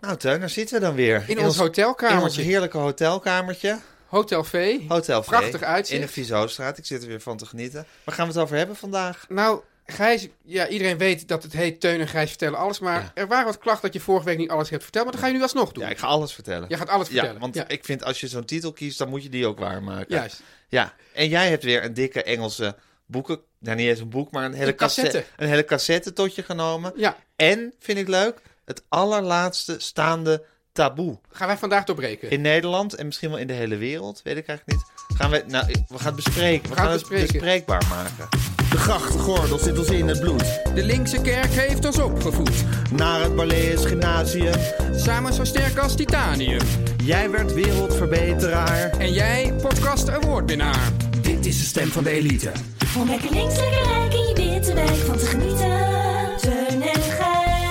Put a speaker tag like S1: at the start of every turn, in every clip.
S1: Nou, Teun, daar zitten we dan weer.
S2: In ons hotelkamertje.
S1: In ons heerlijke hotelkamertje.
S2: Hotel V.
S1: Hotel V.
S2: Prachtig uitzicht.
S1: In de Vizostraat. Ik zit er weer van te genieten. Waar gaan we het over hebben vandaag?
S2: Nou, Gijs, ja, iedereen weet dat het heet Teun en Gijs vertellen alles. Maar er waren wat klachten dat je vorige week niet alles hebt verteld. Maar dat ga je nu alsnog doen.
S1: Ja, ik ga alles vertellen.
S2: Jij gaat alles
S1: Ja,
S2: vertellen.
S1: want
S2: Ja.
S1: ik vind als je zo'n titel kiest, dan moet je die ook waarmaken.
S2: Juist.
S1: Ja, en jij hebt weer een dikke Engelse boeken... Nou, niet eens een boek, maar een hele
S2: Een cassette.
S1: Een hele cassette tot je genomen.
S2: Ja.
S1: En, vind ik leuk, het allerlaatste staande taboe.
S2: Gaan wij vandaag doorbreken.
S1: In Nederland en misschien wel in de hele wereld, weet ik eigenlijk niet. Gaan we, nou, we gaan het bespreken. We
S2: gaan
S1: gaan
S2: het
S1: het
S2: bespreken.
S1: bespreekbaar maken.
S3: De grachtgordel zit ons in het bloed.
S2: De linkse kerk heeft ons opgevoed.
S3: Naar het Barlees Gymnasium.
S2: Samen zo sterk als titanium.
S3: Jij werd wereldverbeteraar.
S2: En jij, podcast awardwinnaar.
S3: Dit is de stem van de elite.
S4: Om lekker links, lekker rijk in je witte wijk van te genieten. Teun en Gijs.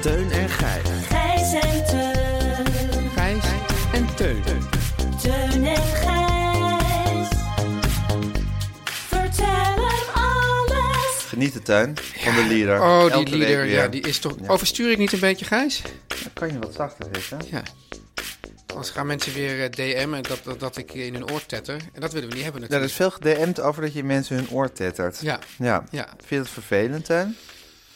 S3: Teun en Gijs.
S4: Gijs en Teun.
S2: Gijs en Teun.
S4: Teun en Gijs. Vertel hem alles.
S1: Geniet de tuin van de leader.
S2: Oh,
S1: Elke
S2: die
S1: week
S2: leader,
S1: weer.
S2: ja, die is toch... Overstuur ik niet een beetje, Gijs?
S1: Dan kan je wat zachter zitten.
S2: Ja. Anders gaan mensen weer eh, DM'en dat, dat, dat ik in hun oor tetter. En dat willen we niet hebben
S1: Ja, er
S2: natuurlijk.
S1: is veel gedm'd over dat je mensen hun oor tettert.
S2: Ja.
S1: ja.
S2: Ja.
S1: Vind je dat vervelend, Teun?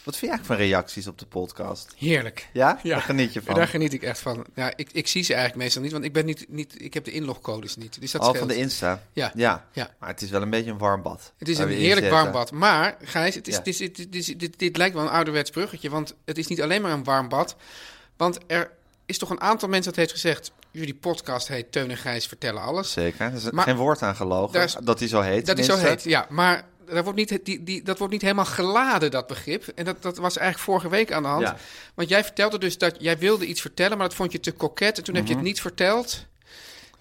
S1: Wat vind je eigenlijk van reacties op de podcast?
S2: Heerlijk.
S1: Ja? Daar geniet je van.
S2: Daar geniet ik echt van. Ja, ik, ik zie ze eigenlijk meestal niet, want ik, ben niet, niet, ik heb de inlogcodes niet. Dus dat
S1: Al
S2: scheelt.
S1: Oh, van de Insta?
S2: Ja.
S1: Ja.
S2: Ja.
S1: Maar het is wel een beetje een warm bad.
S2: Het is
S1: waar
S2: een
S1: we in
S2: heerlijk
S1: zitten.
S2: warm bad. Maar, Gijs, het is,
S1: Ja.
S2: het is, het is- het is- dit, dit lijkt wel een ouderwets bruggetje. Want het is niet alleen maar een warm bad. Want er is toch een aantal mensen dat heeft gezegd... jullie podcast heet Teun en Gijs vertellen alles.
S1: Zeker. Er is
S2: Maar-
S1: geen woord aan gelogen.
S2: Daar is-
S1: dat hij zo heet.
S2: Dat is zo
S1: tenminste.
S2: heet, ja. Maar daar wordt niet, die, die, dat wordt niet helemaal geladen, dat begrip. En dat, dat was eigenlijk vorige week aan de hand.
S1: Ja.
S2: Want jij vertelde dus dat jij wilde iets vertellen, maar dat vond je te koket. En toen heb je
S1: Mhm.
S2: het niet verteld.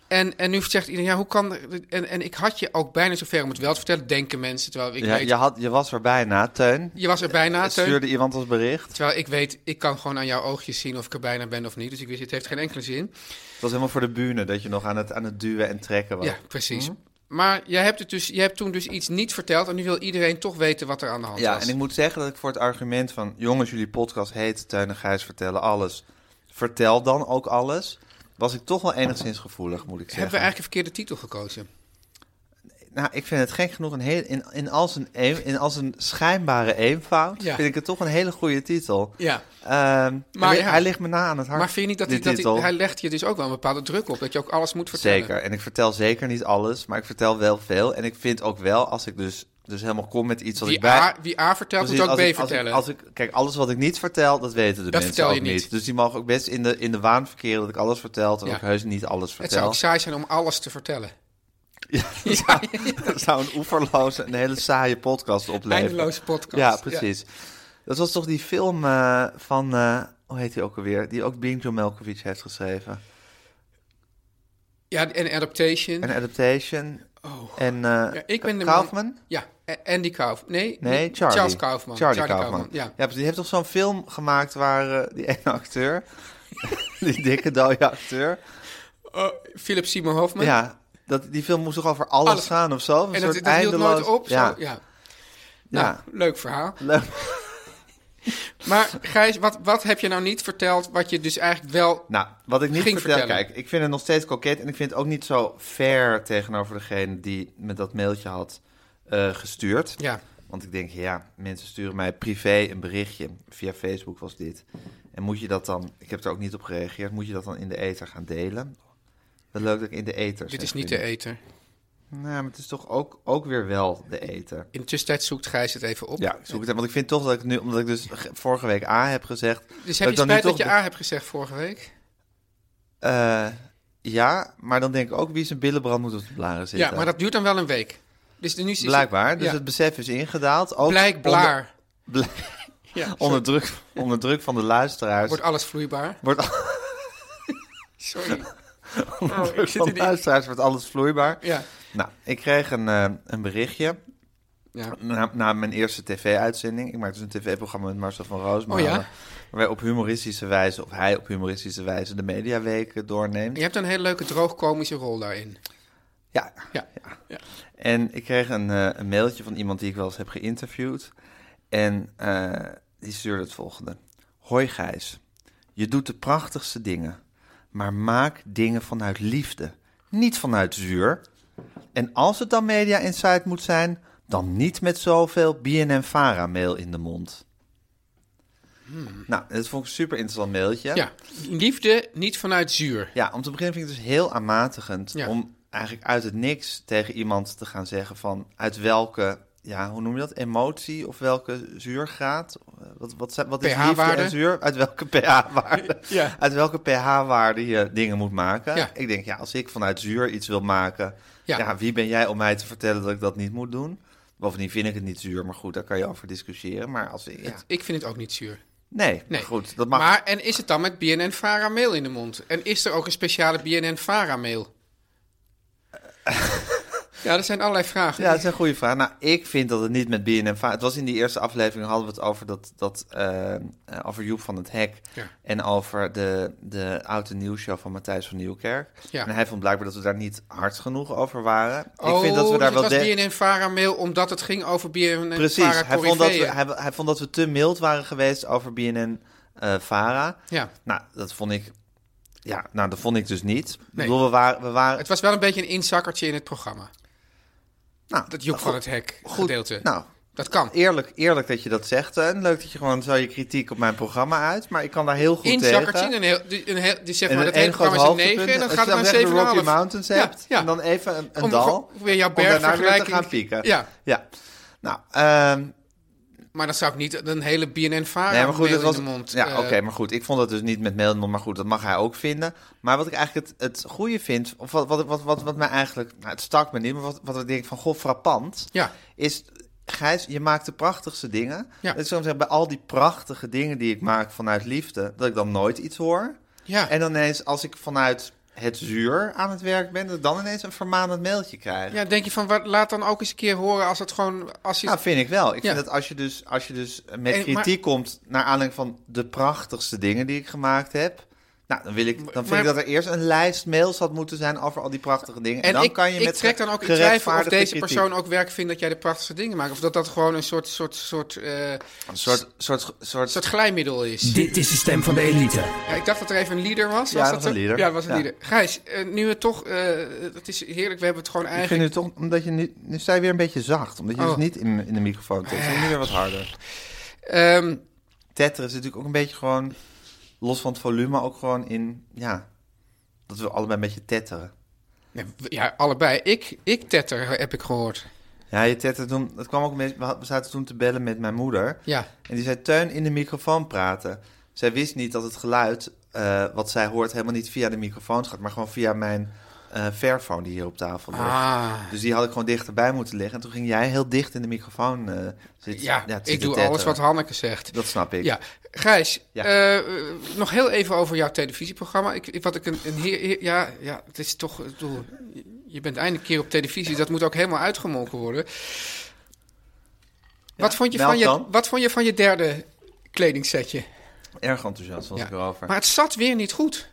S2: En, en nu zegt iedereen, ja, hoe kan... En, en ik had je ook bijna zover om het wel te vertellen, denken mensen. Terwijl ik
S1: Ja,
S2: weet,
S1: je, had, je was er bijna, Teun.
S2: je was er bijna, Teun.
S1: Stuurde iemand als bericht.
S2: Terwijl ik weet, ik kan gewoon aan jouw oogjes zien of ik er bijna ben of niet. Dus ik wist, het heeft geen enkele zin.
S1: Het was helemaal voor de bühne dat je nog aan het, aan het duwen en trekken was.
S2: Ja, precies.
S1: Mhm.
S2: Maar jij hebt, het dus, jij hebt toen dus iets niet verteld. En nu wil iedereen toch weten wat er aan de hand
S1: Ja,
S2: was.
S1: en ik moet zeggen dat ik voor het argument van... jongens, jullie podcast heet Teun en Gijs vertellen alles. Vertel dan ook alles. Was ik toch wel enigszins gevoelig, moet ik
S2: Hebben we
S1: zeggen.
S2: eigenlijk een verkeerde titel gekozen?
S1: Nou, ik vind het gek genoeg een heel, in, in, als een een- in als een schijnbare eenvoud...
S2: Ja.
S1: vind ik het toch een hele goede titel.
S2: Ja.
S1: Ehm,
S2: Maar
S1: hij,
S2: ja.
S1: hij ligt me na aan het hart,
S2: Maar vind je niet dat, hij,
S1: die
S2: dat
S1: titel.
S2: hij, hij legt je dus ook wel een bepaalde druk op? Dat je ook alles moet vertellen?
S1: Zeker. En ik vertel zeker niet alles, maar ik vertel wel veel. En ik vind ook wel, als ik dus, dus helemaal kom met iets wat
S2: Wie,
S1: ik bij...
S2: A, wie A vertelt,
S1: Precies,
S2: moet ook
S1: als
S2: B
S1: ik- als ik-
S2: vertellen.
S1: Als ik, kijk, alles wat ik niet vertel, dat weten de
S2: Dat
S1: mensen
S2: vertel
S1: ook
S2: je niet.
S1: Dus die mogen ook best in de, in de waan verkeren dat ik alles vertel, en
S2: Ja.
S1: ik heus niet alles
S2: het zou
S1: vertel.
S2: ook saai zijn om alles te vertellen.
S1: Ja, dat, zou, dat zou een oeverloze en hele saaie podcast opleveren.
S2: Eindeloze podcast.
S1: Ja, precies. Dat was toch die film eh, van, eh, hoe heet die ook alweer? Die ook Bing John Malkovich heeft geschreven.
S2: Ja, ja en Adaptation.
S1: Een adaptation. En eh
S2: Oh. ja, ik ben de man-
S1: Kaufman?
S2: Ja, A- Andy Kaufman. Nee,
S1: Nee,
S2: niet-
S1: Charlie.
S2: Charles Kaufman.
S1: Charlie, Kaufman.
S2: Ja.
S1: precies. die heeft toch zo'n film gemaakt waar eh, die ene acteur, die dikke dode acteur,
S2: Oh, Philip Seymour Hoffman.
S1: ja, dat, die film moest toch over alles,
S2: Alles.
S1: gaan of zo? Of Een
S2: En dat,
S1: soort
S2: dat hield
S1: eindeloos...
S2: nooit op.
S1: Ja.
S2: Ja. Zo, ja. Nou,
S1: Ja.
S2: leuk verhaal.
S1: Leuk.
S2: Maar Gijs, wat, wat heb je nou niet verteld wat je dus eigenlijk wel...
S1: Nou, wat ik niet
S2: Ging
S1: vertel,
S2: vertellen.
S1: kijk, ik vind het nog steeds koket en ik vind het ook niet zo fair tegenover degene die me dat mailtje had eh, gestuurd.
S2: Ja,
S1: Want ik denk, ja, mensen sturen mij privé een berichtje. Via Facebook was dit. En moet je dat dan, ik heb er ook niet op gereageerd, moet je dat dan in de ether gaan delen? Wat leuk dat ik in de ether
S2: Dit
S1: zeg,
S2: is niet de e-
S1: vind ik.
S2: eter.
S1: Nou, maar het is toch ook, ook weer wel de ether.
S2: In de tussentijd zoekt Gijs het even op.
S1: Ja, ik zoek het, want ik vind toch dat ik nu, omdat ik dus ge- vorige week A heb gezegd. dat
S2: Dus heb
S1: ik
S2: je
S1: dan nu
S2: spijt dat
S1: toch
S2: je
S1: de-
S2: A hebt gezegd vorige week?
S1: Eh, ja, maar dan denk ik ook wie zijn billenbrand moet op de blaren zitten.
S2: Ja, maar dat duurt dan wel een week. Dus nu is
S1: eh, Blijkbaar, dus
S2: ja.
S1: het besef is ingedaald. Ook onder-
S2: Blijkbaar.
S1: blijk-
S2: Ja,
S1: onder, druk, onder druk van de luisteraars.
S2: wordt
S1: Wordt,
S2: alles vloeibaar. Sorry.
S1: onder druk
S2: Oh, zit
S1: van de
S2: in die-
S1: luisteraars wordt alles vloeibaar.
S2: Ja.
S1: Nou, ik kreeg een, eh, een berichtje
S2: ja.
S1: na, na mijn eerste tv-uitzending. Ik maakte dus een tv-programma met Marcel van
S2: Oh
S1: Roosmalen.
S2: ja?
S1: Waar wij op humoristische wijze, of hij op humoristische wijze, de mediaweken doorneemt.
S2: Je hebt een hele leuke droogkomische rol daarin.
S1: Ja.
S2: Ja.
S1: En ik kreeg een, eh, een mailtje van iemand die ik wel eens heb geïnterviewd. En eh, die stuurde het volgende. Hoi Gijs, je doet de prachtigste dingen, maar maak dingen vanuit liefde, niet vanuit zuur. En als het dan Media Insight moet zijn, dan niet met zoveel BNN-Vara-mail in de mond. Nou, dat vond ik een super interessant mailtje.
S2: Ja. Liefde niet vanuit zuur.
S1: Ja, om te beginnen vind ik het dus heel aanmatigend
S2: Ja.
S1: om eigenlijk uit het niks tegen iemand te gaan zeggen van uit welke, ja, hoe noem je dat, emotie of welke zuurgraad? Eh, Wat, wat, zijn- wat is liefde
S2: pH-waarde?
S1: en zuur? Uit welke pH-waarde?
S2: Ja.
S1: Uit welke pH-waarde je dingen moet maken?
S2: Ja.
S1: Ik denk, ja, als ik vanuit zuur iets wil maken, ja.
S2: Ja.
S1: wie ben jij om mij te vertellen dat ik dat niet moet doen? Bovendien vind ik het niet zuur, maar goed, daar kan je over discussiëren. Maar als ik, ja.
S2: Ik vind het ook niet zuur.
S1: nee, maar
S2: Nee.
S1: goed, dat mag.
S2: Maar en is het dan met BNN-Vara mail in de mond? En is er ook een speciale BNN-Vara mail? ja, dat zijn allerlei vragen.
S1: Ja, dat is een goede vraag. Nou, ik vind dat het niet met BNM. va- Het was in die eerste aflevering hadden we het over dat, dat eh, eh, over Joep van het Hek
S2: Ja.
S1: en over de, de oude nieuwsshow van Matthijs van Nieuwkerk.
S2: Ja.
S1: En hij vond blijkbaar dat we daar niet hard genoeg over waren.
S2: Oh,
S1: ik vind dat we daar
S2: dus
S1: wel
S2: het
S1: de-
S2: was BNN-Vara mail omdat het ging over BNN-Vara
S1: Precies. Hij vond, dat we, hij, hij vond dat we te mild waren geweest over BNN eh Vara.
S2: Ja.
S1: Nou, dat vond ik. Ja, nou, dat vond ik dus niet. Ik
S2: Nee.
S1: bedoel, we waren, we waren
S2: Het was wel een beetje een inzakkertje in het programma.
S1: nou,
S2: Dat Joep
S1: goed,
S2: van het Hek gedeelte.
S1: Nou,
S2: dat kan.
S1: Eerlijk, eerlijk dat je dat zegt. En leuk dat je gewoon zo je kritiek op mijn programma uit. Maar ik kan daar heel goed
S2: Inzakkertje,
S1: tegen.
S2: een heel, die- een heel, die zeg
S1: En
S2: maar,
S1: een
S2: dat hele
S1: één groot
S2: programma is een 9
S1: hoogtepunt.
S2: en dan
S1: Als
S2: gaat
S1: je
S2: het naar
S1: weg de
S2: 7,5.
S1: Rocky Mountains hebt.
S2: Ja, ja.
S1: En dan even een, een
S2: Om
S1: dal.
S2: gewoon weer jouw
S1: om daarna weer te
S2: bergvergelijking-
S1: gaan pieken.
S2: Ja.
S1: ja. Nou, ehm,
S2: Maar dan zou ik niet een hele BNN-Vara
S1: nee, maar goed,
S2: mail
S1: dat was.
S2: in de mond...
S1: ja,
S2: eh,
S1: oké, maar goed. Ik vond het dus niet met mail in de mond, maar goed, dat mag hij ook vinden. Maar wat ik eigenlijk het, het goede vind, of wat, wat, wat, wat, wat mij eigenlijk, nou, het stak me niet, maar wat, wat ik denk van, goh, frappant.
S2: Ja.
S1: is Gijs, je maakt de prachtigste dingen.
S2: Ja.
S1: Dat is zeggen, bij al die prachtige dingen die ik maak vanuit liefde, dat ik dan nooit iets hoor.
S2: Ja.
S1: En dan ineens, als ik vanuit het zuur aan het werk ben, dat ik dan ineens een vermanend mailtje krijg.
S2: Ja, denk je van, wat, laat dan ook eens een keer horen als het gewoon... Als je,
S1: Ja, Nou, vind ik wel. Ik
S2: Ja.
S1: vind dat als je dus, als je dus met
S2: En- maar-
S1: kritiek komt naar aanleiding van de prachtigste dingen die ik gemaakt heb. Nou, dan, wil ik, dan vind
S2: maar-
S1: ik dat er eerst een lijst mails had moeten zijn over al die prachtige dingen. En, dan
S2: ik,
S1: kan je
S2: ik
S1: met
S2: trek dan ook in twijfel of
S1: gerechtvaardigde
S2: deze
S1: kritiek.
S2: persoon ook werk vindt dat jij de prachtigste dingen maakt. Of dat dat gewoon een soort, soort, soort, eh,
S1: Een soort, soort, soort,
S2: soort glijmiddel is.
S3: Dit is de stem van de elite.
S2: Ja, ik dacht dat er even een leader was.
S1: Ja,
S2: was
S1: dat was
S2: zo?
S1: een leader.
S2: Ja, dat was een
S1: Ja.
S2: leader. Gijs, eh, nu het toch... eh het is heerlijk, we hebben het gewoon
S1: Ik vind
S2: eigenlijk...
S1: nu toch, omdat je nu, nu sta je weer een beetje zacht, omdat je dus
S2: Oh.
S1: niet in, in de microfoon tikt. Je moet weer wat harder.
S2: Ehm,
S1: Tetter is natuurlijk ook een beetje gewoon, los van het volume, ook gewoon in, ja, dat we allebei een beetje tetteren.
S2: ja, w- ja, allebei. Ik, ik tetter, heb ik gehoord.
S1: Ja, je tettert toen, dat kwam ook mee, we had- we zaten toen te bellen met mijn moeder.
S2: Ja.
S1: En die zei, Teun, in de microfoon praten. Zij wist niet dat het geluid, eh, wat zij hoort, helemaal niet via de microfoon gaat, maar gewoon via mijn eh Fairphone die hier op tafel ligt.
S2: Ah.
S1: Dus die had ik gewoon dichterbij moeten liggen. En toen ging jij heel dicht in de microfoon eh, zitten.
S2: Ja,
S1: zitten
S2: ik doe
S1: tetteren.
S2: alles wat Hanneke zegt.
S1: Dat snap ik.
S2: Ja, Gijs,
S1: Ja.
S2: eh, eh, nog heel even over jouw televisieprogramma. Ik, ik- wat ik een, een heer, heer- ja, ja, het is toch, ik bedoel, je bent eindelijk keer op televisie, dat moet ook helemaal uitgemolken worden. wat, vond je
S1: melk
S2: van je,
S1: dan.
S2: wat vond je van je derde kledingsetje?
S1: Erg enthousiast was
S2: Ja.
S1: ik erover.
S2: Maar het zat weer niet goed.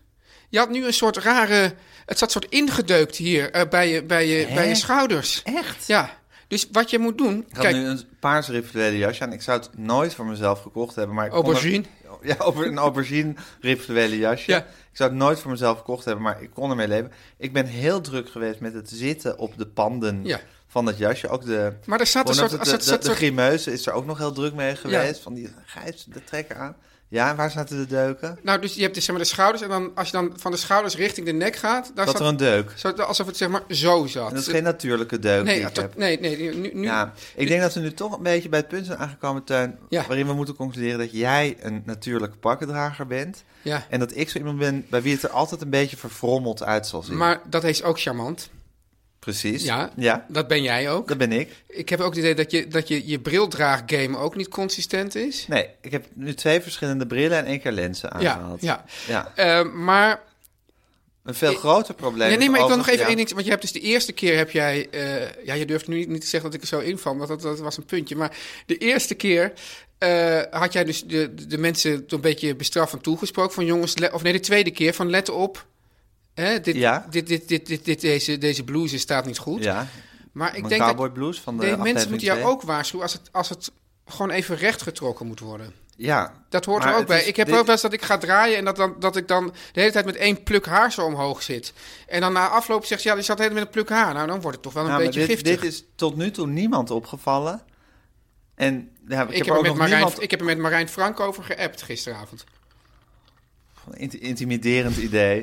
S2: Je had nu een soort rare, het zat soort ingedeukt hier eh, bij, je, bij, je, bij je schouders.
S1: Echt?
S2: Ja, dus wat je moet doen,
S1: ik had
S2: kijk,
S1: nu een paars rifluwelen jasje aan. Ik zou het nooit voor mezelf gekocht hebben. Maar ik kon
S2: aubergine.
S1: er- ja, over een aubergine rifluwelen jasje.
S2: Ja.
S1: Ik zou het nooit voor mezelf gekocht hebben, maar ik kon ermee leven. Ik ben heel druk geweest met het zitten op de panden
S2: Ja.
S1: van dat jasje. Ook de,
S2: Maar er staat een
S1: gewoon
S2: soort-
S1: dat het-
S2: er staat-
S1: de, de, de
S2: soort-
S1: grimeuze is er ook nog heel druk mee geweest. Van die gijs, de trekker aan. Ja, en waar zaten de deuken?
S2: Nou, dus je hebt dus, zeg maar, de schouders. En dan, als je dan van de schouders richting de nek gaat... Daar
S1: Dat
S2: staat,
S1: er een deuk.
S2: zo, alsof het zeg maar zo zat.
S1: En dat is geen natuurlijke deuk
S2: nee,
S1: die ik
S2: dat-
S1: heb.
S2: nee, nee, nu, nu,
S1: Ja, ik denk dat we nu toch een beetje bij het punt zijn aangekomen, Tuin,
S2: Ja.
S1: waarin we moeten concluderen dat jij een natuurlijke pakkendrager bent.
S2: ja.
S1: En dat ik zo iemand ben bij wie het er altijd een beetje verfrommeld uit zal zien.
S2: Maar dat is ook charmant.
S1: Precies.
S2: Ja.
S1: ja,
S2: Dat ben jij ook.
S1: dat ben ik.
S2: Ik heb ook het idee dat je dat je, je brildraaggame ook niet consistent is.
S1: Nee, ik heb nu twee verschillende brillen en één keer lenzen aangehaald.
S2: ja.
S1: ja.
S2: Eh, maar
S1: Een veel groter probleem.
S2: nee, nee,
S1: is
S2: maar ik wil nog
S1: overigens-
S2: even
S1: ja.
S2: één ding. Want je hebt dus de eerste keer heb jij. eh, ja, je durft nu niet, niet te zeggen dat ik er zo inval, want dat, dat was een puntje. Maar de eerste keer eh, had jij dus de, de mensen toch een beetje bestraffend toegesproken. Van jongens, let- of nee, de tweede keer van let op. Hè, dit,
S1: Ja.
S2: dit, dit, dit, dit, dit- deze, deze blouse staat niet goed.
S1: Ja,
S2: maar ik
S1: een
S2: denk
S1: cowboy
S2: dat
S1: blues van de
S2: de mensen
S1: aflevering
S2: moeten jou
S1: twee.
S2: ook waarschuwen als het, als het gewoon even recht getrokken moet worden.
S1: Ja.
S2: Dat hoort
S1: Maar
S2: er ook
S1: het
S2: bij.
S1: is-
S2: ik heb
S1: dit-
S2: ook wel eens dat ik ga draaien en dat, dan, dat ik dan de hele tijd met één pluk haar zo omhoog zit. En dan na afloop zegt ze, ja, je zat helemaal met een pluk haar. Nou, dan wordt het toch wel een
S1: Ja, maar
S2: beetje
S1: dit,
S2: giftig.
S1: Dit is tot nu toe niemand opgevallen. En ja, ik,
S2: ik,
S1: heb
S2: heb er
S1: ook
S2: met
S1: nog
S2: Marijn,
S1: niemand...
S2: ik heb er met Marijn Frank over geappt gisteravond.
S1: Int- intimiderend idee.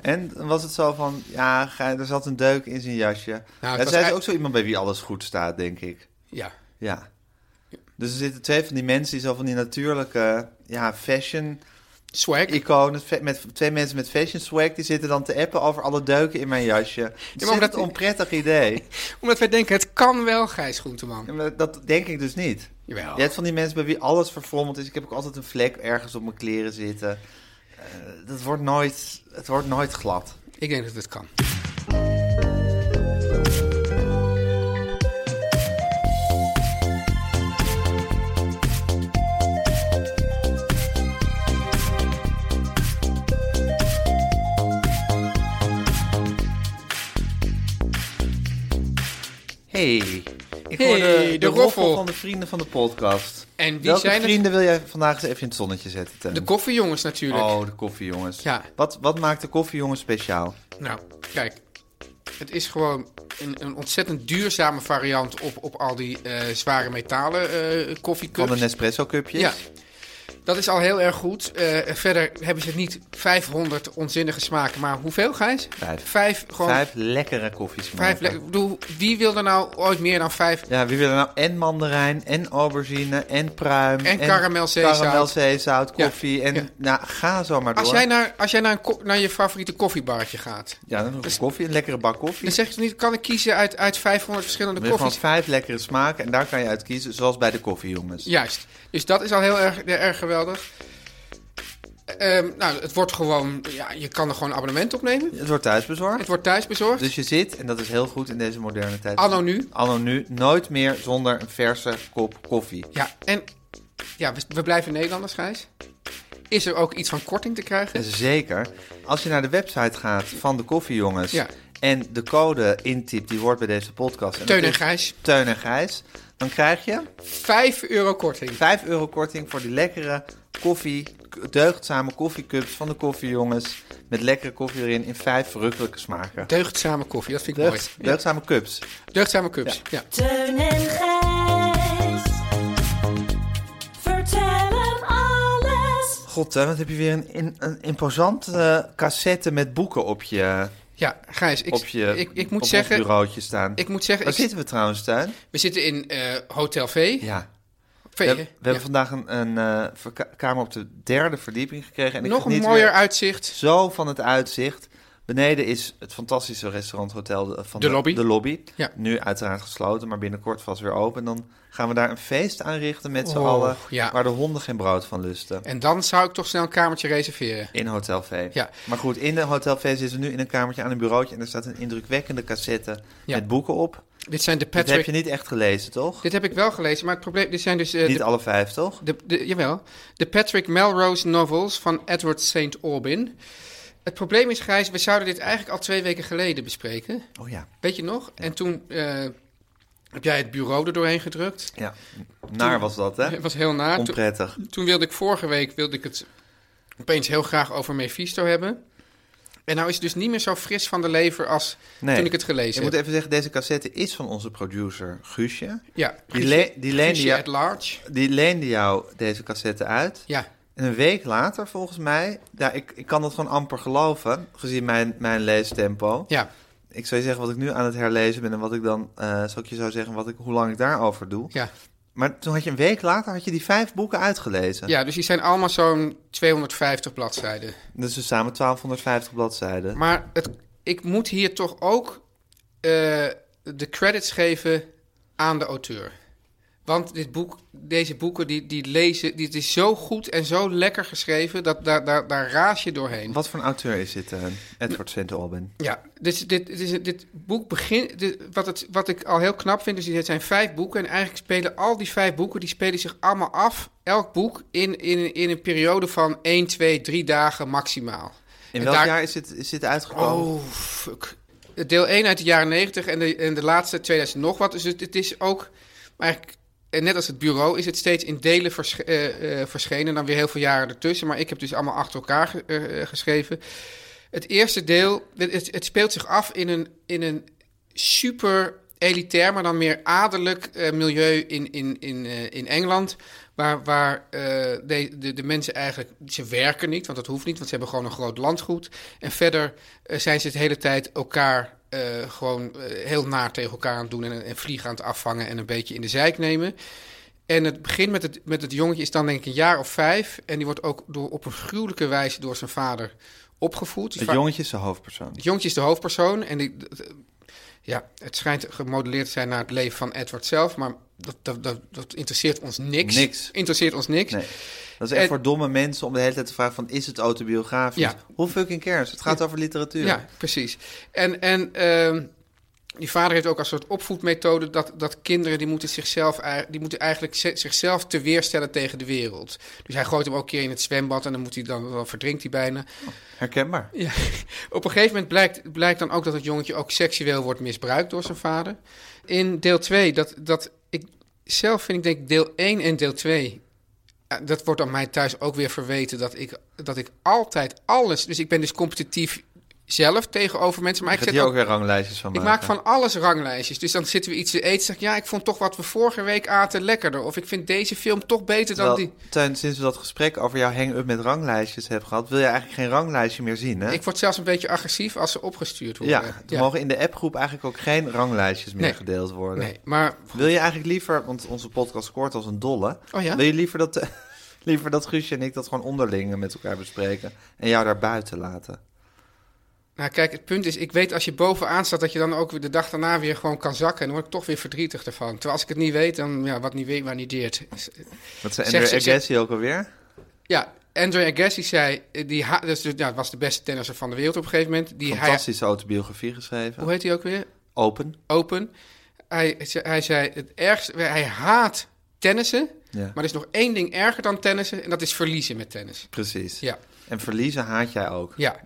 S1: en dan was het zo van, ja, Gij- er zat een deuk in zijn jasje.
S2: was
S1: Nou, ja, zij is
S2: ei-
S1: ook zo iemand bij wie alles goed staat, denk ik.
S2: Ja.
S1: Ja. Dus er zitten twee van die mensen die zo van die natuurlijke ja, fashion
S2: Swag.
S1: iconen, fe- met twee mensen met fashion swag, die zitten dan te appen over alle deuken in mijn jasje.
S2: maar
S1: Ja, maar dat
S2: omdat-
S1: een onprettig idee.
S2: Omdat wij denken, het kan wel, Gijs Groenteman.
S1: Ja, maar dat denk ik dus niet.
S2: Jawel.
S1: Je hebt van die mensen bij wie alles verfrommeld is. Ik heb ook altijd een vlek ergens op mijn kleren zitten. Eh, dat wordt nooit, het wordt nooit glad.
S2: Ik denk dat het kan.
S1: Hey, ik
S2: Hey,
S1: hoor de,
S2: de
S1: de roffel.
S2: roffel.
S1: van de vrienden van de podcast.
S2: En wie
S1: Welke
S2: zijn het?
S1: vrienden wil jij vandaag eens even in het zonnetje zetten, Teun?
S2: De koffiejongens natuurlijk.
S1: Oh, de koffiejongens.
S2: Ja.
S1: Wat, wat maakt de koffiejongens speciaal?
S2: Nou, kijk. Het is gewoon een, een ontzettend duurzame variant op, op al die eh, zware metalen eh koffiecups.
S1: Van de Nespresso-cupjes?
S2: Ja. Dat is al heel erg goed. Eh, verder hebben ze niet 500 onzinnige smaken, maar hoeveel, Gijs?
S1: Vijf.
S2: Vijf, gewoon vijf.
S1: Vijf lekkere koffies
S2: le- Ik bedoel, wie wil er nou ooit meer dan vijf?
S1: Ja, wie wil er nou en mandarijn, en aubergine, en pruim...
S2: En karamelzeezout.
S1: karamelzeezout,
S2: Ja.
S1: koffie en...
S2: Ja.
S1: Nou, ga zo maar door.
S2: Als jij nou- naar, als jij naar, een ko- naar je favoriete koffiebarretje gaat,
S1: Ja, dan nog een koffie, een lekkere bak koffie.
S2: dan zeg je toch niet, kan ik kiezen uit, uit 500 verschillende
S1: Er zijn gewoon
S2: koffies?
S1: vijf lekkere smaken en daar kan je uit kiezen, zoals bij de koffiejongens.
S2: Juist. Dus dat is al heel erg, heel erg geweldig. Ehm, nou, het wordt gewoon, ja, je kan er gewoon een abonnement op nemen.
S1: Het wordt thuisbezorgd.
S2: Het wordt thuis bezorgd.
S1: Dus je zit, en dat is heel goed in deze moderne tijd.
S2: Anno nu.
S1: Anno nu, nooit meer zonder een verse kop koffie.
S2: Ja, en ja, we, we blijven Nederlanders, Gijs. Is er ook iets van korting te krijgen?
S1: En zeker, als je naar de website gaat van de koffiejongens
S2: Ja.
S1: en de code intypt, die wordt bij deze podcast. dat
S2: Teun en
S1: is
S2: Gijs.
S1: Teun en Gijs. Dan krijg je
S2: 5 euro korting.
S1: 5 euro korting voor die lekkere koffie, deugdzame koffiecups van de koffiejongens. Met lekkere koffie erin in vijf verrukkelijke smaken.
S2: Deugdzame koffie, dat vind ik
S1: Deugd,
S2: mooi.
S1: deugdzame cups.
S2: Deugdzame cups, ja.
S4: Teun en Gijs. Vertel hem alles.
S1: God, hè, wat heb je weer een, in- een imposante eh, cassette met boeken op je,
S2: Ja, Gijs, ik,
S1: op je
S2: ik, ik, moet
S1: op
S2: zeggen,
S1: ons bureautje staan.
S2: ik moet zeggen...
S1: Waar
S2: Ik,
S1: zitten we trouwens, Tuin?
S2: we zitten in eh, Hotel V.
S1: Ja.
S2: V,
S1: We,
S2: hè?
S1: hebben- we hebben
S2: Ja.
S1: vandaag een, een eh, verka- kamer op de derde verdieping gekregen. En ik
S2: Nog een
S1: geniet
S2: mooier
S1: weer
S2: uitzicht.
S1: zo van het uitzicht. Beneden is het fantastische restauranthotel eh, van
S2: De lobby.
S1: De lobby.
S2: Ja.
S1: Nu uiteraard gesloten, maar binnenkort vast weer open. En dan gaan we daar een feest aanrichten met z'n
S2: Oh,
S1: allen.
S2: ja.
S1: Waar de honden geen brood van lusten.
S2: En dan zou ik toch snel een kamertje reserveren.
S1: In Hotel V.
S2: Ja.
S1: Maar goed, in de Hotel V zitten we nu in een kamertje aan een bureautje. En er staat een indrukwekkende cassette
S2: Ja.
S1: met boeken op.
S2: Dit zijn de
S1: Dat heb
S2: Patrick...
S1: je niet echt gelezen, toch?
S2: Dit heb ik wel gelezen, maar het probleem... Dit zijn dus eh,
S1: niet
S2: de,
S1: alle vijf, toch?
S2: de, de- jawel, de Patrick Melrose novels van Edward St. Aubin. Het probleem is, Gijs, we zouden dit eigenlijk al twee weken geleden bespreken.
S1: Oh ja.
S2: Weet je nog? En toen eh, heb jij het bureau er doorheen gedrukt.
S1: ja. Naar was dat, hè?
S2: Het was heel naar. Toen,
S1: Onprettig.
S2: toen wilde ik vorige week wilde ik het opeens heel graag over Mephisto hebben. En nou is het dus niet meer zo fris van de lever als
S1: Nee.
S2: toen ik het
S1: Ik
S2: gelezen
S1: moet
S2: heb.
S1: even zeggen, deze cassette is van onze producer Guusje.
S2: Ja,
S1: Die
S2: Guusje-
S1: le- die leende
S2: Guusje
S1: jou-
S2: at large.
S1: Die leende jou deze cassette uit.
S2: Ja,
S1: En een week later, volgens mij, ja, ik, ik kan dat gewoon amper geloven, gezien mijn, mijn leestempo.
S2: ja.
S1: Ik zou je zeggen wat ik nu aan het herlezen ben en wat ik dan, eh zal ik je zo zeggen, wat ik, hoe lang ik daarover doe.
S2: ja.
S1: Maar toen had je een week later, had je die vijf boeken uitgelezen.
S2: Ja, dus die zijn allemaal zo'n 250 bladzijden.
S1: Dat is dus samen 1250 bladzijden.
S2: Maar het, ik moet hier toch ook eh, de credits geven aan de auteur. Want dit boek, deze boeken, die, die lezen, die, het is zo goed en zo lekker geschreven, dat daar, daar, daar raas je doorheen.
S1: Wat voor een auteur is dit, eh, Edward St. Albin?
S2: Ja, dus dit, dit, is- dit boek begint. dit- wat, het, wat ik al heel knap vind, is dit zijn vijf boeken. En eigenlijk spelen al die vijf boeken die spelen zich allemaal af. Elk boek in, in, in een periode van 1, 2, 3 dagen maximaal.
S1: In
S2: En
S1: welk
S2: daar-
S1: jaar is dit, is dit uitgekomen?
S2: Oh, fuck. Deel 1 uit de jaren 90 en de, en de laatste 2000 nog wat. Dus het, het is ook, eigenlijk, eh, net als het bureau, is het steeds in delen versch- eh, eh, verschenen. Dan weer heel veel jaren ertussen. Maar ik heb dus allemaal achter elkaar ge- eh, eh, geschreven. Het eerste deel, het, het- het speelt zich af in een, in een super elitair, maar dan meer adellijk eh, milieu in, in, in, eh, in Engeland. Waar, waar eh, de, de, de mensen eigenlijk, ze werken niet, want dat hoeft niet, want ze hebben gewoon een groot landgoed. En verder eh, zijn ze de hele tijd elkaar eh, gewoon eh, heel naar tegen elkaar aan het doen en, en vliegen aan het afvangen en een beetje in de zeik nemen. En het begin met het, met het jongetje is dan denk ik een jaar of vijf. En die wordt ook door, op een gruwelijke wijze door zijn vader opgevoed. Dus
S1: Het
S2: va-
S1: jongetje is de hoofdpersoon.
S2: het jongetje is de hoofdpersoon. En die, dat- dat- ja, het schijnt gemodelleerd te zijn naar het leven van Edward zelf. Maar dat, dat, dat, dat interesseert ons niks.
S1: Niks.
S2: Interesseert ons niks.
S1: Nee. Dat is echt
S2: En-
S1: voor domme mensen om de hele tijd te vragen van, is het autobiografisch?
S2: Ja.
S1: Hoe fucking cares? Het gaat over literatuur.
S2: Ja, precies. En, en ehm, die vader heeft ook als soort opvoedmethode dat, dat kinderen die moeten zichzelf ei- die moeten eigenlijk zi- zichzelf teweerstellen tegen de wereld. Dus hij gooit hem ook een keer in het zwembad en dan, moet hij dan, dan verdrinkt hij bijna.
S1: Herkenbaar.
S2: Ja. Op een gegeven moment blijkt, blijkt dan ook dat het jongetje ook seksueel wordt misbruikt door zijn vader. In deel 2, dat, dat ik zelf vind, ik denk deel 1 en deel 2. eh, Dat wordt aan mij thuis ook weer verweten dat ik, dat ik altijd alles. Dus ik ben dus competitief zelf tegenover mensen. Maar ik
S1: Gaat
S2: zet
S1: hier
S2: ook
S1: ook weer ranglijstjes van
S2: ik
S1: maken.
S2: maak van alles ranglijstjes. Dus dan zitten we iets te eten. Zeg ik, ja, ik vond toch wat we vorige week aten lekkerder. Of ik vind deze film toch beter dan
S1: Terwijl,
S2: die.
S1: Teun, sinds we dat gesprek over jouw hang-up met ranglijstjes hebben gehad, wil je eigenlijk geen ranglijstje meer zien, hè?
S2: Ik word zelfs een beetje agressief als ze opgestuurd worden.
S1: Ja, er mogen in de appgroep eigenlijk ook geen ranglijstjes meer
S2: Nee.
S1: gedeeld worden.
S2: Nee, maar
S1: Wil je eigenlijk liever, want onze podcast scoort als een dolle,
S2: Oh ja?
S1: wil je liever dat, eh, liever dat Guusje en ik dat gewoon onderling met elkaar bespreken en jou daar buiten laten?
S2: Nou, kijk, het punt is, ik weet als je bovenaan staat dat je dan ook weer de dag daarna weer gewoon kan zakken. En dan word ik toch weer verdrietig ervan. Terwijl als ik het niet weet, dan ja, wat niet weet, waar niet deert.
S1: Wat zijn
S2: Zeg,
S1: Andrew
S2: zeg, zeg-
S1: Agassi ook alweer?
S2: Ja, Andre Agassi zei, eh, die ha- dus, ja, was de beste tennisser van de wereld op een gegeven moment. Die hij,
S1: Fantastische autobiografie geschreven.
S2: hoe heet hij ook weer?
S1: Open.
S2: Open. Hij, ze- hij zei, het ergste, hij haat tennissen.
S1: Ja.
S2: Maar er is nog één ding erger dan tennissen en dat is verliezen met tennis.
S1: Precies.
S2: Ja.
S1: En verliezen haat jij ook.
S2: Ja.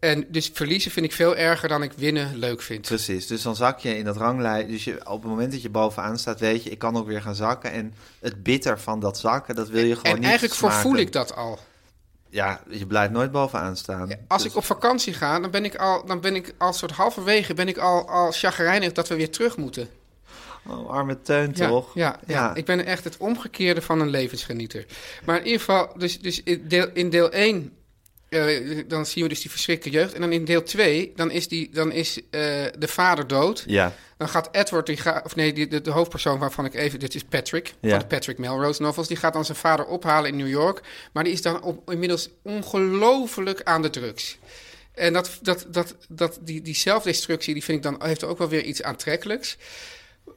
S2: En dus verliezen vind ik veel erger dan ik winnen leuk vind.
S1: Precies, dus dan zak je in dat ranglijst. Dus je, op het moment dat je bovenaan staat, weet je, ik kan ook weer gaan zakken. En het bitter van dat zakken, dat wil je gewoon
S2: En
S1: niet
S2: eigenlijk vervoel
S1: smaken.
S2: ik dat al.
S1: Ja, je blijft nooit bovenaan staan.
S2: Als
S1: Dus-
S2: ik op vakantie ga, dan ben ik al, dan ben ik al soort halverwege ben ik al, al chagrijnig dat we weer terug moeten.
S1: Oh, arme Teun,
S2: Ja,
S1: toch?
S2: Ja, ja. ik ben echt het omgekeerde van een levensgenieter. Maar in ieder geval, dus, dus in, deel, in deel 1, dan zien we dus die verschrikkelijke jeugd. En dan in deel 2, dan is, die, dan is eh, de vader dood.
S1: Ja.
S2: Dan gaat Edward, die ga, of nee, die, de, de hoofdpersoon waarvan ik even, dit is Patrick,
S1: Ja.
S2: van de Patrick Melrose novels, die gaat dan zijn vader ophalen in New York. Maar die is dan op, inmiddels ongelooflijk aan de drugs. En dat, dat, dat, dat, die, die zelfdestructie, die vind ik dan, heeft ook wel weer iets aantrekkelijks.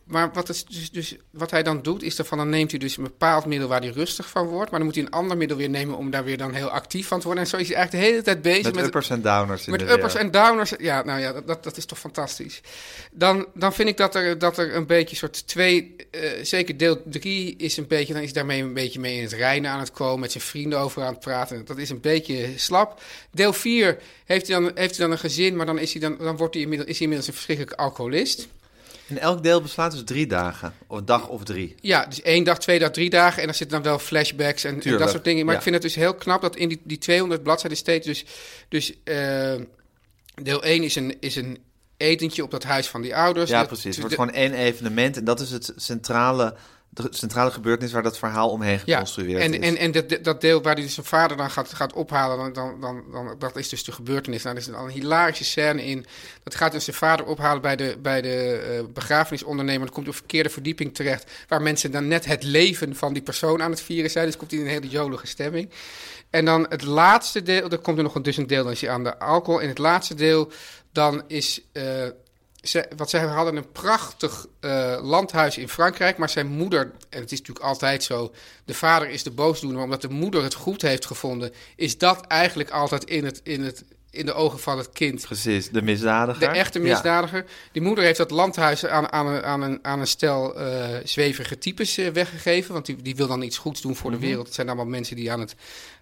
S2: Maar wat, het dus, dus, wat hij dan doet, is ervan, dan neemt hij dus een bepaald middel waar hij rustig van wordt. Maar dan moet hij een ander middel weer nemen om daar weer dan heel actief van te worden. En zo is hij eigenlijk de hele tijd bezig
S1: Met,
S2: met,
S1: uppers en downers in
S2: met
S1: de
S2: uppers
S1: wereld.
S2: en downers. Ja, nou ja, dat- dat, dat is toch fantastisch. Dan, dan vind ik dat er, dat er een beetje soort twee... eh, zeker deel drie is een beetje... Dan is hij daarmee een beetje mee in het reinen aan het komen. Met zijn vrienden over aan het praten. Dat is een beetje slap. Deel vier heeft hij dan, heeft hij dan een gezin. Maar dan is hij, dan, dan wordt hij inmiddels, is hij inmiddels een verschrikkelijk alcoholist.
S1: En elk deel beslaat dus drie dagen. Of dag of drie.
S2: Ja, dus één dag, twee dag, drie dagen. En daar zitten dan wel flashbacks en, en
S1: Tuurlijk,
S2: dat soort dingen. Maar
S1: ja.
S2: ik vind het dus heel knap dat in die, die 200 bladzijden steeds dus... dus eh, Deel 1 is een, is een etentje op dat huis van die ouders.
S1: Ja,
S2: Dat-
S1: precies. Het
S2: Dus de-
S1: wordt gewoon één evenement. En dat is het centrale, de centrale gebeurtenis waar dat verhaal omheen
S2: Ja,
S1: geconstrueerd
S2: en,
S1: is.
S2: en, en dat, dat deel waar hij dus zijn vader dan gaat, gaat ophalen, dan, dan, dan, dan- dat is dus de gebeurtenis. Nou, er is een, een hilarische scène in. Dat gaat dus zijn vader ophalen bij de, bij de eh, begrafenisondernemer. Dan komt hij op een verkeerde verdieping terecht, waar mensen dan net het leven van die persoon aan het vieren zijn. Dus komt hij in een hele jolige stemming. En dan het laatste deel, er komt er nog een, dus een deel, dan is hij aan de alcohol. En het laatste deel, dan is... eh, ze, wat zij hadden een prachtig eh, landhuis in Frankrijk, maar zijn moeder, en het is natuurlijk altijd zo, de vader is de boosdoener, maar omdat de moeder het goed heeft gevonden, is dat eigenlijk altijd in, het, in, het, in de ogen van het kind.
S1: Precies, de misdadiger.
S2: De echte misdadiger. Die moeder heeft dat landhuis aan, aan, een- aan, een, aan een stel eh zwevige types eh, weggegeven. Want die, die wil dan iets goeds doen voor de wereld. Het zijn allemaal mensen die aan het,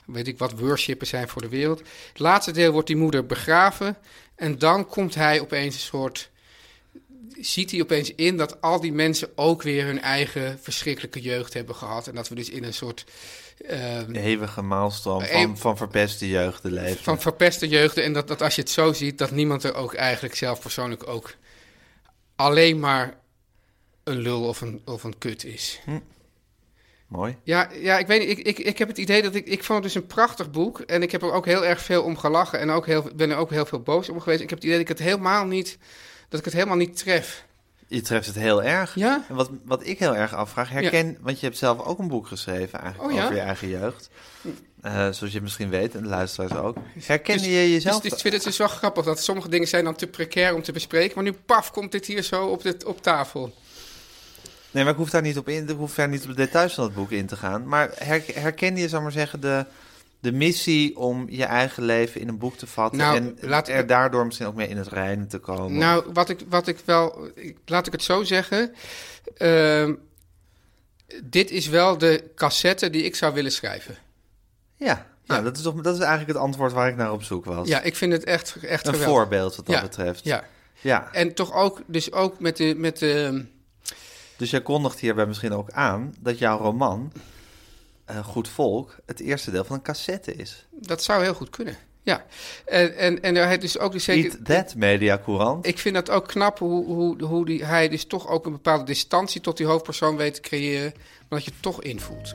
S2: weet ik wat, worshippen zijn voor de wereld. Het laatste deel wordt die moeder begraven. En dan komt hij opeens een soort... Ziet hij opeens in dat al die mensen ook weer hun eigen verschrikkelijke jeugd hebben gehad. En dat we dus in een soort... ehm,
S1: Ja, de eeuwige maalstroom
S2: Eeuw-
S1: van, van verpeste jeugden leven.
S2: van verpeste jeugden. En dat, dat als je het zo ziet, dat niemand er ook eigenlijk zelf persoonlijk ook alleen maar een lul of een, of een kut is.
S1: Mooi.
S2: Ja, ja ik, weet, niet, ik, ik, ik heb het idee dat ik... Ik vond het dus een prachtig boek. En ik heb er ook heel erg veel om gelachen. En ook heel, ben er ook heel veel boos om geweest. Ik heb het idee dat ik het helemaal niet, dat ik het helemaal niet tref.
S1: Je treft het heel erg.
S2: Ja?
S1: En wat, wat ik heel erg afvraag, herken, want je hebt zelf ook een boek geschreven eigenlijk
S2: Oh, ja?
S1: over je eigen jeugd. Eh, zoals je misschien weet, en de luisteraars ook. Herkende je
S2: Dus,
S1: jezelf?
S2: dus ik vind het dus wel grappig dat sommige dingen zijn dan te precair om te bespreken. Maar nu, paf, komt dit hier zo op, dit, op tafel.
S1: Nee, maar ik hoef daar niet op in, ik hoef daar niet op de details van het boek in te gaan. Maar her, herken je, zou maar zeggen, de, de missie om je eigen leven in een boek te vatten
S2: Nou,
S1: en
S2: laat ik
S1: er
S2: het-
S1: daardoor misschien ook meer in het reinen te komen?
S2: Nou, wat ik, wat ik wel. ik- Laat ik het zo zeggen. Ehm, dit is wel de cassette die ik zou willen schrijven.
S1: ja, ja, Dat, is toch, dat is eigenlijk het antwoord waar ik naar op zoek was.
S2: nou. Ja, ik vind het echt, echt
S1: een
S2: geweldig.
S1: voorbeeld wat dat
S2: Ja,
S1: betreft.
S2: Ja.
S1: ja.
S2: En toch ook, dus ook met de. ehm, Met de
S1: Dus jij kondigt hierbij misschien ook aan dat jouw roman eh, Goed Volk het eerste deel van een cassette is.
S2: dat zou heel goed kunnen. Ja. En, en, en hij dus ook. Dus zeker,
S1: Eat that, Media Courant.
S2: ik vind dat ook knap hoe, hoe, hoe die, hij dus toch ook een bepaalde distantie tot die hoofdpersoon weet te creëren. Maar dat je het toch invoelt.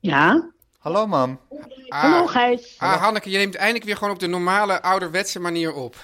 S5: Ja,
S1: Hallo, mam.
S2: Ah,
S5: hallo Gijs.
S2: ah, Hanneke, je neemt eindelijk weer gewoon op de normale ouderwetse manier op.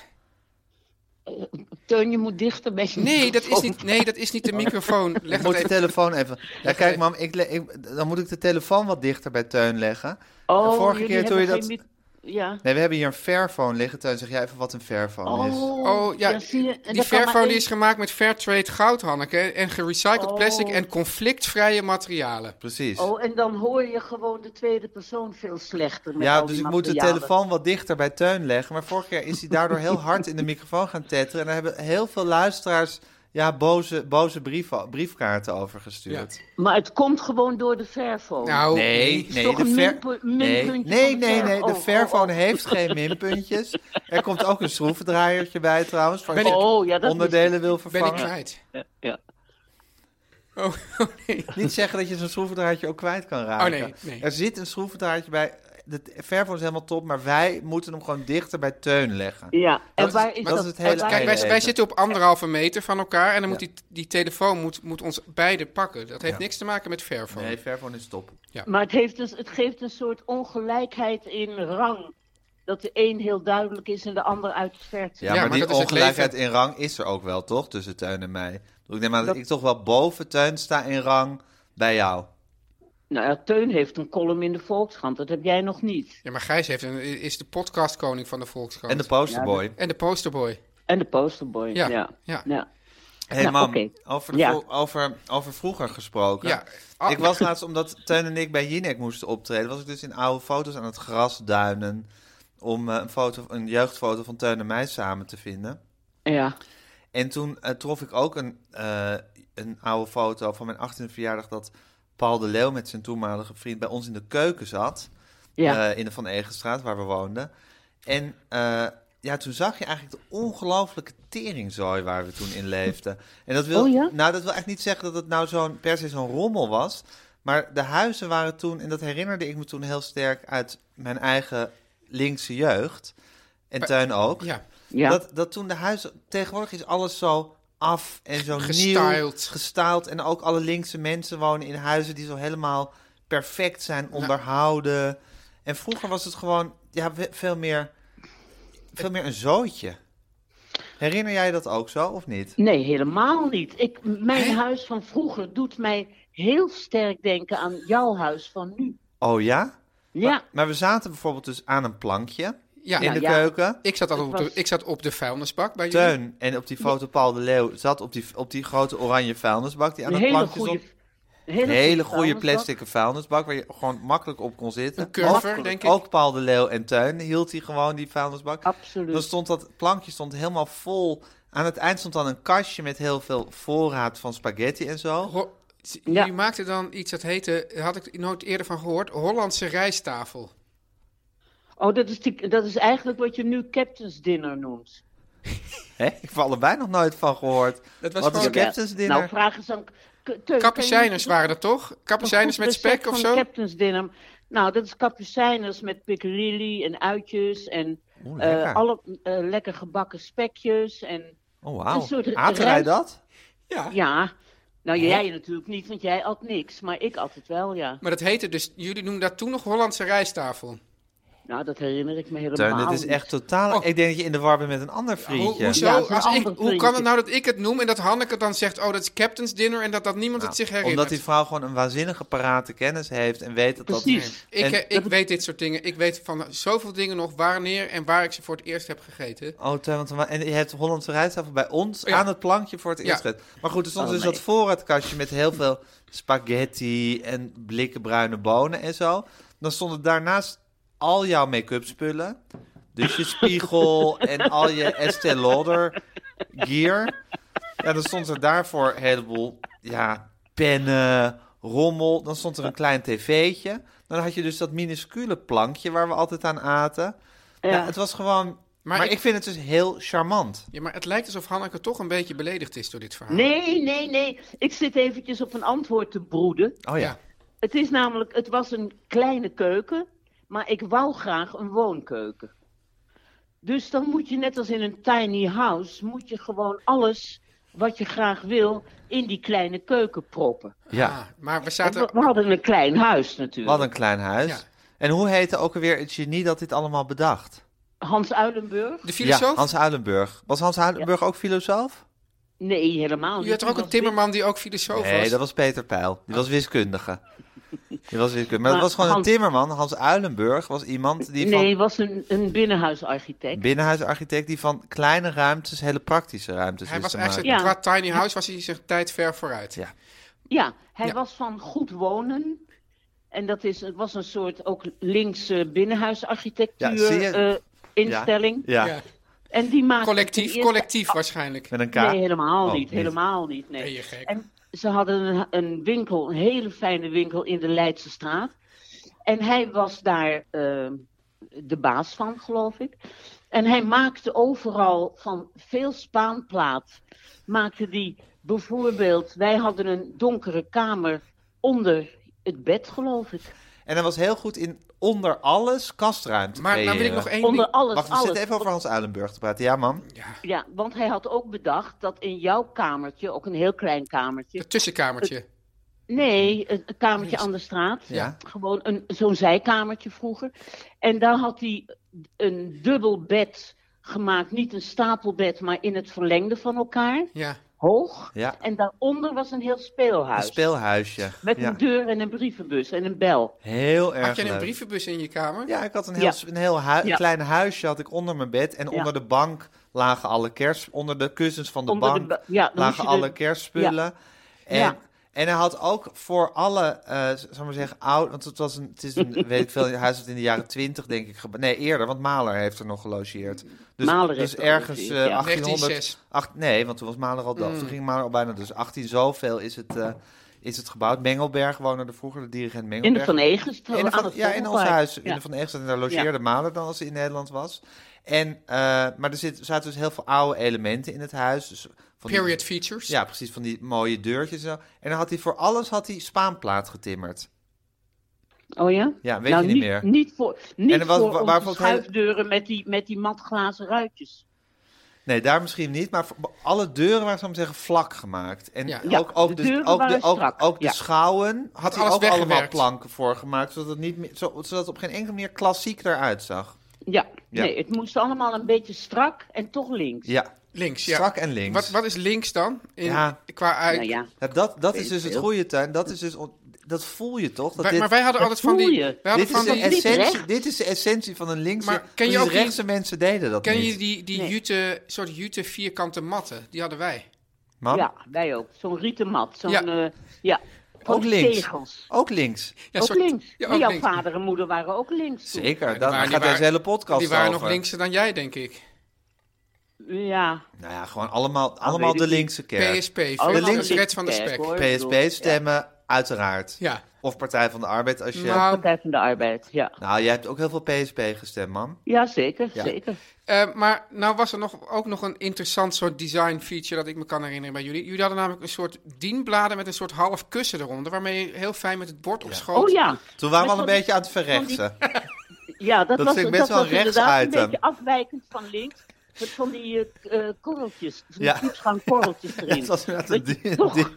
S5: Teun, je moet dichter bij je
S2: Nee, dat is
S5: microfoon.
S2: niet, nee, dat is niet de microfoon. Leg
S1: Ik moet
S2: het
S1: de
S2: even.
S1: telefoon even. Ja, kijk, mam, ik le- ik, dan moet ik de telefoon wat dichter bij Teun leggen.
S5: Oh,
S1: de vorige
S5: jullie
S1: keer toen je dat.
S5: hebben geen mic- Ja.
S1: Nee, we hebben hier een Fairphone liggen. Teun, zeg jij even wat een Fairphone is?
S2: Oh ja,
S5: zie je. en
S2: die
S5: dat kan maar
S2: Fairphone die
S5: één-
S2: is gemaakt met Fairtrade goud, Hanneke. En gerecycled
S5: Oh.
S2: plastic en conflictvrije materialen.
S1: Precies.
S5: Oh, en dan hoor je gewoon de tweede persoon veel slechter. Met
S1: ja,
S5: al die
S1: dus ik moet de
S5: materialen.
S1: telefoon wat dichter bij Teun leggen. Maar vorig jaar is hij daardoor heel hard in de microfoon gaan tetteren. En daar hebben heel veel luisteraars ja, boze, boze brieven, briefkaarten over gestuurd.
S5: Maar het komt gewoon door de verfoon.
S2: Nou,
S1: Nee,
S5: is
S1: nee,
S5: toch
S1: de
S5: een
S1: ver...
S5: minpu-
S1: nee,
S5: minpuntje
S1: nee,
S5: van de
S1: nee,
S5: ver-
S1: nee, de
S5: oh, oh,
S1: Fairphone
S5: oh.
S1: heeft geen minpuntjes. Er komt ook een schroevendraaiertje bij trouwens, voor als
S2: Ben
S1: je
S2: ik-
S5: Oh, ja, dat
S1: onderdelen wil
S2: ben ik
S1: vervangen.
S2: kwijt.
S5: Ja, ja.
S2: Oh, nee.
S1: Niet zeggen dat je zo'n schroevendraadje ook kwijt kan raken.
S2: Oh, nee, nee.
S1: Er zit een schroevendraadje bij. De Fairphone is helemaal top, maar wij moeten hem gewoon dichter bij Teun leggen.
S5: Ja, en
S1: is-
S5: waar is,
S1: dat is het hele
S5: en waar-
S1: einde.
S2: Kijk, wij, wij
S1: even.
S2: zitten op anderhalve meter van elkaar en dan moet die, die telefoon moet, moet ons beiden pakken. Dat heeft niks te maken met Fairphone.
S1: Nee, Fairphone is top.
S5: Maar het, heeft dus, het geeft een soort ongelijkheid in rang. Dat de een heel duidelijk is en de ander uit het verte.
S1: Ja,
S2: Ja,
S1: maar,
S2: maar dat
S1: die
S2: is het
S1: ongelijkheid in rang is er ook wel, toch? Tussen Teun en mij. Ik neem aan dat, ik toch wel boven Teun sta in rang bij jou.
S5: Nou ja, Teun heeft een column in de Volkskrant. Dat heb jij nog niet.
S2: Ja, maar Gijs heeft een, is de podcastkoning van de Volkskrant.
S1: En de posterboy.
S2: En de posterboy.
S5: En de posterboy.
S2: Ja,
S5: Ja. ja.
S2: ja.
S1: Hey
S5: Nou,
S1: mam,
S5: oké.
S1: over, de
S5: Ja.
S1: vro- over, over vroeger gesproken.
S2: Ja. Ah,
S1: ik was laatst, omdat Teun en ik bij Jinek moesten optreden, was ik dus in oude foto's aan het gras duinen om eh, een, foto, een jeugdfoto van Teun en mij samen te vinden.
S5: ja.
S1: En toen eh, trof ik ook een, eh, een oude foto van mijn 18e verjaardag dat Paul de Leeuw met zijn toenmalige vriend bij ons in de keuken zat.
S5: Ja.
S1: eh, in de Van Egenstraat, waar we woonden. En eh, ja, toen zag je eigenlijk de ongelooflijke teringzooi waar we toen in leefden. En dat wil,
S5: Oh ja?
S1: nou, dat wil echt niet zeggen dat het nou zo'n, per se zo'n rommel was. Maar de huizen waren toen, en dat herinnerde ik me toen heel sterk uit mijn eigen linkse jeugd. En tuin ook.
S2: Ja.
S5: ja.
S1: Dat, dat toen de huizen... Tegenwoordig is alles zo af en zo nieuw.
S2: Gestyled.
S1: Gestyled. En ook alle linkse mensen wonen in huizen die zo helemaal perfect zijn onderhouden. En vroeger was het gewoon ja, we- veel, meer, veel meer een zootje. Herinner jij dat ook zo of niet?
S5: Nee, helemaal niet. Ik, mijn huis van vroeger doet mij heel sterk denken aan jouw huis van nu.
S1: Oh ja?
S5: Ja,
S1: Maar we zaten bijvoorbeeld dus aan een plankje
S2: Ja.
S1: in de
S5: ja.
S1: keuken.
S2: Ik zat, altijd op
S5: was-
S2: de, ik zat op de vuilnisbak bij jullie.
S1: Teun en op die foto Paul de Leeuw zat op die, op die grote oranje vuilnisbak die aan
S5: een
S1: het
S5: hele
S1: plankje
S5: goede,
S1: stond.
S5: een
S1: Een hele goede
S5: vuilnisbak.
S1: plastic vuilnisbak waar je gewoon makkelijk op kon zitten.
S2: Een curver,
S1: Makkelijk.
S2: denk ik.
S1: Ook Paul de Leeuw en Tuin hield hij gewoon die vuilnisbak.
S5: Absoluut.
S1: Dan stond dat plankje stond helemaal vol. Aan het eind stond dan een kastje met heel veel voorraad van spaghetti en zo.
S2: Ho- z-
S5: Ja.
S2: Jullie maakten dan iets dat heette, daar had ik nooit eerder van gehoord, Hollandse rijsttafel.
S5: Oh, dat is, die- dat is eigenlijk wat je nu Captain's Dinner noemt.
S1: Hè? Ik heb er allebei nog nooit van gehoord.
S2: Dat was
S1: Wat is
S2: gewoon-
S5: Jawel.
S1: Captain's Dinner?
S5: Nou, vraag eens aan... K- Teun, kan je
S2: Kapucijners
S5: niet-
S2: waren dat toch? Kapucijners
S5: een
S2: met
S5: goed
S2: spek
S5: recept
S2: of
S5: van
S2: zo?
S5: Captain's Dinner. Nou, dat is kapucijners met piccalilli en uitjes en
S1: Oeh,
S5: eh,
S1: lekker.
S5: alle eh, lekker gebakken spekjes. En
S1: Oh,
S5: een soort
S1: wauw.
S5: re-
S1: Aten wij
S5: rijst-
S1: dat?
S2: Ja.
S5: ja, nou jij natuurlijk niet, want jij at niks. Maar ik at het wel, ja.
S2: Maar dat heette dus, jullie noemden dat toen nog Hollandse rijsttafel.
S5: Nou, dat herinner ik me helemaal
S1: Teun, dit is
S5: niet.
S1: echt totaal...
S2: Oh.
S1: Ik denk dat je in de war bent met een ander
S2: Hoe,
S1: vriendje.
S2: hoezo?
S5: Ja, het is een
S2: Als ik,
S5: ander
S2: hoe kan het
S5: puntje.
S2: nou dat ik het noem en dat Hanneke dan zegt, oh dat is Captain's Dinner en dat, dat niemand het zich herinnert?
S1: Nou, Omdat die vrouw gewoon een waanzinnige parate kennis heeft en weet dat dat...
S5: Precies.
S2: Ik,
S1: En-
S2: eh, ik weet dit soort dingen. Ik weet van zoveel dingen nog wanneer en waar ik ze voor het eerst heb gegeten.
S1: Oh, Teun, want dan- en je hebt Hollandse rijsttafel bij ons
S2: Ja.
S1: aan het plankje voor het
S2: Ja.
S1: eerst. gezet. Maar goed, er stond
S5: Oh,
S1: dus
S5: nee.
S1: dat voorraadkastje met heel veel spaghetti en blikken bruine bonen en zo. Dan stonden daarnaast al jouw make-up spullen. Dus je spiegel en al je Estée Lauder gear. Ja, dan stond er daarvoor een heleboel ja, pennen, rommel. Dan stond er een klein tv'tje. Dan had je dus dat minuscule plankje waar we altijd aan aten. Ja,
S5: Ja.
S1: het was gewoon... Maar,
S2: Maar
S1: ik...
S2: ik-
S1: vind het dus heel charmant.
S2: Ja, maar het lijkt alsof Hanneke toch een beetje beledigd is door dit verhaal.
S5: Nee, nee, nee. Ik zit eventjes op een antwoord te broeden.
S1: Oh ja.
S2: Ja.
S5: Het is namelijk, het was een kleine keuken, maar ik wou graag een woonkeuken. Dus dan moet je net als in een tiny house, moet je gewoon alles wat je graag wil in die kleine keuken proppen.
S1: ja.
S2: Ah, maar we
S5: Want We,
S2: zaten...
S5: we hadden een klein huis
S1: Wat
S5: natuurlijk.
S1: een klein huis.
S2: Ja.
S1: En hoe heette ook alweer het genie dat dit allemaal bedacht?
S5: Hans Uilenburg?
S2: De filosoof?
S1: Ja, Hans Uilenburg. Was Hans Uilenburg ook filosoof?
S5: Nee, helemaal niet.
S2: Je had er ook
S5: Die
S2: een
S5: was
S2: timmerman die ook filosoof
S1: Nee,
S2: was.
S1: dat was Peter Pijl. Die was wiskundige. Die was wiskundige. Maar, dat
S5: Maar
S1: was gewoon
S5: Hans-
S1: een timmerman. Hans Uilenburg was iemand die
S5: wit- Nee,
S1: van
S5: was een, een binnenhuisarchitect.
S1: binnenhuisarchitect die van kleine ruimtes hele praktische ruimtes
S2: Hij
S1: wist
S2: was
S1: te maken.
S2: eigenlijk,
S5: maken.
S2: qua tiny house was hij zijn tijd ver vooruit.
S1: Ja.
S5: Ja, hij
S2: Ja.
S5: was van goed wonen. En dat is, het was een soort ook linkse binnenhuisarchitectuur
S1: Ja, zie je?
S5: eh, instelling.
S1: Ja.
S2: Ja.
S5: En die maakte de
S2: Collectief,
S5: eerste-
S2: collectief waarschijnlijk.
S1: Met een K.
S5: Nee, helemaal
S1: Oh,
S5: niet. Helemaal niet, nee.
S2: Ben je gek?
S5: En ze hadden een, een winkel, een hele fijne winkel in de Leidse straat. En hij was daar eh, de baas van, geloof ik. En hij maakte overal van veel spaanplaat. Maakte die bijvoorbeeld, wij hadden een donkere kamer onder het bed, geloof ik.
S1: En hij was heel goed in onder alles kastruimte
S2: Maar nou wil ik
S1: creëren.
S2: nog één
S5: Onder
S2: ding.
S5: alles,
S1: Wacht, we
S5: alles.
S1: zitten even over Hans Uilenburg te praten. Ja, man.
S5: Ja, want hij had ook bedacht dat in jouw kamertje, ook een heel klein kamertje,
S2: Het tussenkamertje.
S5: Nee, een een kamertje aan de straat.
S1: Ja.
S5: Gewoon een, zo'n zijkamertje vroeger. En daar had hij een dubbel bed gemaakt. Niet een stapelbed, maar in het verlengde van elkaar.
S2: Ja.
S5: Hoog.
S1: Ja.
S5: En daaronder was een heel speelhuis.
S1: Een speelhuisje.
S5: Met
S1: ja.
S5: een deur en een brievenbus en een bel.
S1: Heel erg
S2: Had jij een
S1: leuk.
S2: brievenbus in je kamer?
S1: Ja, ik had een heel,
S5: Ja.
S1: s- een heel hui-
S5: Ja.
S1: klein huisje had ik onder mijn bed. En
S5: Ja.
S1: onder de bank lagen alle kerst... Onder de kussens van de
S5: Onder de
S1: bank
S5: ba- ja, dan moest
S1: lagen
S5: je
S1: alle
S5: de-
S1: kerstspullen. En,
S5: Ja.
S1: en hij had ook voor alle, eh zal maar zeggen, oud... Want het, was een, het is een, weet ik veel, een huis dat in de jaren twintig, denk ik... gebe- Nee, eerder, want Maler heeft er nog gelogeerd. Dus,
S5: Maler
S1: dus
S5: heeft er
S1: ergens eh
S5: gelogeerd, ja.
S1: 1800...
S2: 1906.
S1: acht- nee, want toen was Maler al dood. Toen ging Maler al bijna... Dus 18 zoveel is het... eh, is het gebouwd. Mengelberg woonde er vroeger, de dirigent Mengelberg.
S5: In de Van Egens.
S1: In de
S5: aan
S1: van,
S5: het
S1: ja, in ons
S5: Vondelpark.
S1: huis, in
S5: Ja.
S1: de Van Eegst. En daar logeerde Maler dan als hij in Nederland was. En, eh, maar er zit, zaten dus heel veel oude elementen in het huis. Dus van die-
S2: Period features.
S1: ja, precies, van die mooie deurtjes. En, zo. en dan had hij voor alles had hij Spaanplaat getimmerd.
S5: Oh ja?
S1: Ja, weet
S5: Nou,
S1: je niet meer.
S5: Niet voor, niet
S1: er was-
S5: voor
S1: wa-
S5: onze
S1: waarvan het hele-
S5: schuifdeuren met die, met die matglazen ruitjes.
S1: Nee, daar misschien niet, maar voor- alle deuren waren, zou ik maar zeggen, vlak gemaakt. En
S2: Ja.
S5: Ja,
S1: ook, ook,
S5: de
S1: dus,
S5: deuren
S1: ook, de,
S5: waren
S1: ook,
S5: strak,
S1: ook de
S5: ja.
S1: schouwen had hij
S2: alles
S1: ook allemaal
S2: weggewerkt.
S1: planken voor gemaakt, zodat het, niet meer, zo- zodat het op geen enkele manier klassiek eruit zag.
S5: Ja.
S1: Ja.
S5: Nee, het moest allemaal een beetje strak en toch links.
S1: Ja,
S2: Links, ja.
S1: strak en links.
S2: Wat, wat is links dan? In,
S1: Ja.
S2: Qua uit...
S5: Nou ja.
S1: Ja, dat, dat is
S5: ik
S1: dus het
S5: veel.
S1: goede tuin. Dat, is dus on- dat voel je toch? Dat
S2: Wij-
S1: dit,
S2: maar wij hadden
S5: dat
S2: altijd van die...
S5: voel je.
S2: Wij
S1: dit, is
S2: hadden van
S1: de
S2: die...
S5: Niet
S1: essentie,
S5: recht.
S1: dit is de essentie van een linkse.
S2: Maar ken je
S1: precies,
S2: ook die-
S1: rechtse mensen deden dat
S2: Ken
S1: niet.
S2: je die, die
S5: Nee.
S2: jute, soort jute vierkante matten? Die hadden wij.
S1: Man,
S5: Ja, wij ook. Zo'n rieten mat. Zo'n,
S2: Ja.
S5: ja. ja.
S1: ook
S5: Ook
S1: links.
S5: tegels.
S1: Ook links.
S2: Ja,
S5: ook
S2: soort-
S5: links.
S2: Ja,
S5: Maar
S2: ook
S5: jouw
S2: links.
S5: vader en moeder waren ook links. toen.
S1: Zeker.
S2: die
S1: daar
S2: waren-
S1: gaat
S2: die
S1: deze
S2: waren-
S1: hele podcast
S2: Die waren
S1: over.
S2: nog linkser dan jij, denk ik.
S5: Ja.
S1: Nou ja, gewoon allemaal, allemaal
S5: weet
S1: de
S5: ik niet.
S1: linkse kerk.
S2: PSP,
S5: Allemaal
S2: veel
S1: links-
S2: links rechts van de
S5: kerk,
S2: spek.
S5: hoor. Ik bedoel,
S1: PSP stemmen, uiteraard.
S2: Ja.
S1: Of Partij van de Arbeid als je...
S2: Nou,
S5: Partij van de Arbeid, ja.
S1: Nou, jij hebt ook heel veel PSP gestemd, man.
S5: Ja, zeker,
S1: Ja.
S5: zeker.
S2: Eh, maar nou was er nog, ook nog een interessant soort design feature dat ik me kan herinneren bij jullie. Jullie hadden namelijk een soort dienbladen met een soort half kussen eronder, waarmee je heel fijn met het bord op schoot.
S5: Oh ja,
S1: Toen waren we
S5: Met
S1: al een
S5: van-
S1: beetje aan het verrechten.
S5: ja dat,
S1: Dat
S5: was,
S1: vind ik best
S5: dat
S1: wel
S5: was
S1: een
S5: inderdaad
S1: rechts-item.
S5: een beetje afwijkend van links. Met van die eh, k- eh, korreltjes, van
S1: Ja.
S5: die koetsgang korreltjes erin.
S1: Het was inderdaad een
S5: Weet je,
S1: ding-
S5: toch?
S1: ding-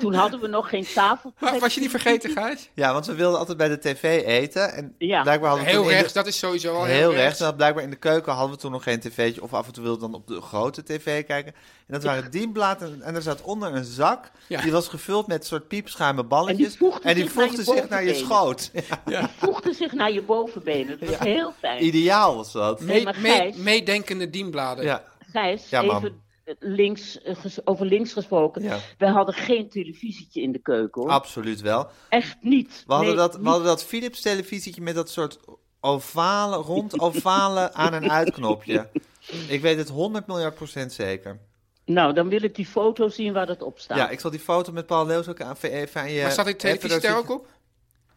S5: Toen hadden we nog geen tafel.
S2: Maar was je niet vergeten, Gijs?
S1: Ja, want we wilden altijd bij de tv eten. En
S5: Ja.
S1: blijkbaar hadden we
S2: Heel
S1: toen in de-
S2: rechts, dat is sowieso al heel,
S1: Heel rechts.
S2: rechts.
S1: En dat blijkbaar in de keuken hadden we toen nog geen tv'tje. Of af en toe wilden we dan op de grote tv kijken. En dat waren dienbladen. En, en er zat onder een zak.
S2: Ja.
S1: Die was gevuld met soort piepschuime balletjes.
S5: En die voegde
S1: En die
S5: zich naar je
S1: voegde zich naar je
S5: bovenbenen.
S1: schoot. Ja,
S5: Voegde zich naar je bovenbenen. Dat was heel fijn.
S1: Ideaal was dat.
S5: Nee, maar
S2: Mee-
S5: Gijs,
S2: meedenkende dienbladen.
S1: Ja.
S5: Gijs,
S1: Ja, mam.
S5: even eh, links, eh, ges- over links gesproken.
S1: Ja.
S5: Wij hadden geen televisietje in de keuken hoor.
S1: Absoluut wel.
S5: Echt niet.
S1: We hadden,
S5: Nee,
S1: dat, we
S5: niet.
S1: hadden dat Philips televisietje met dat soort ovale, rond ovale aan- en uitknopje. Ik weet het 100 miljard procent zeker.
S5: Nou, dan wil ik die foto zien waar dat op staat.
S1: Ja, ik zal die foto met Paul Leus ook aan, even aan je...
S2: Maar zat die
S1: even
S2: televisie
S1: daar
S2: daar ook
S1: zitten-
S2: op?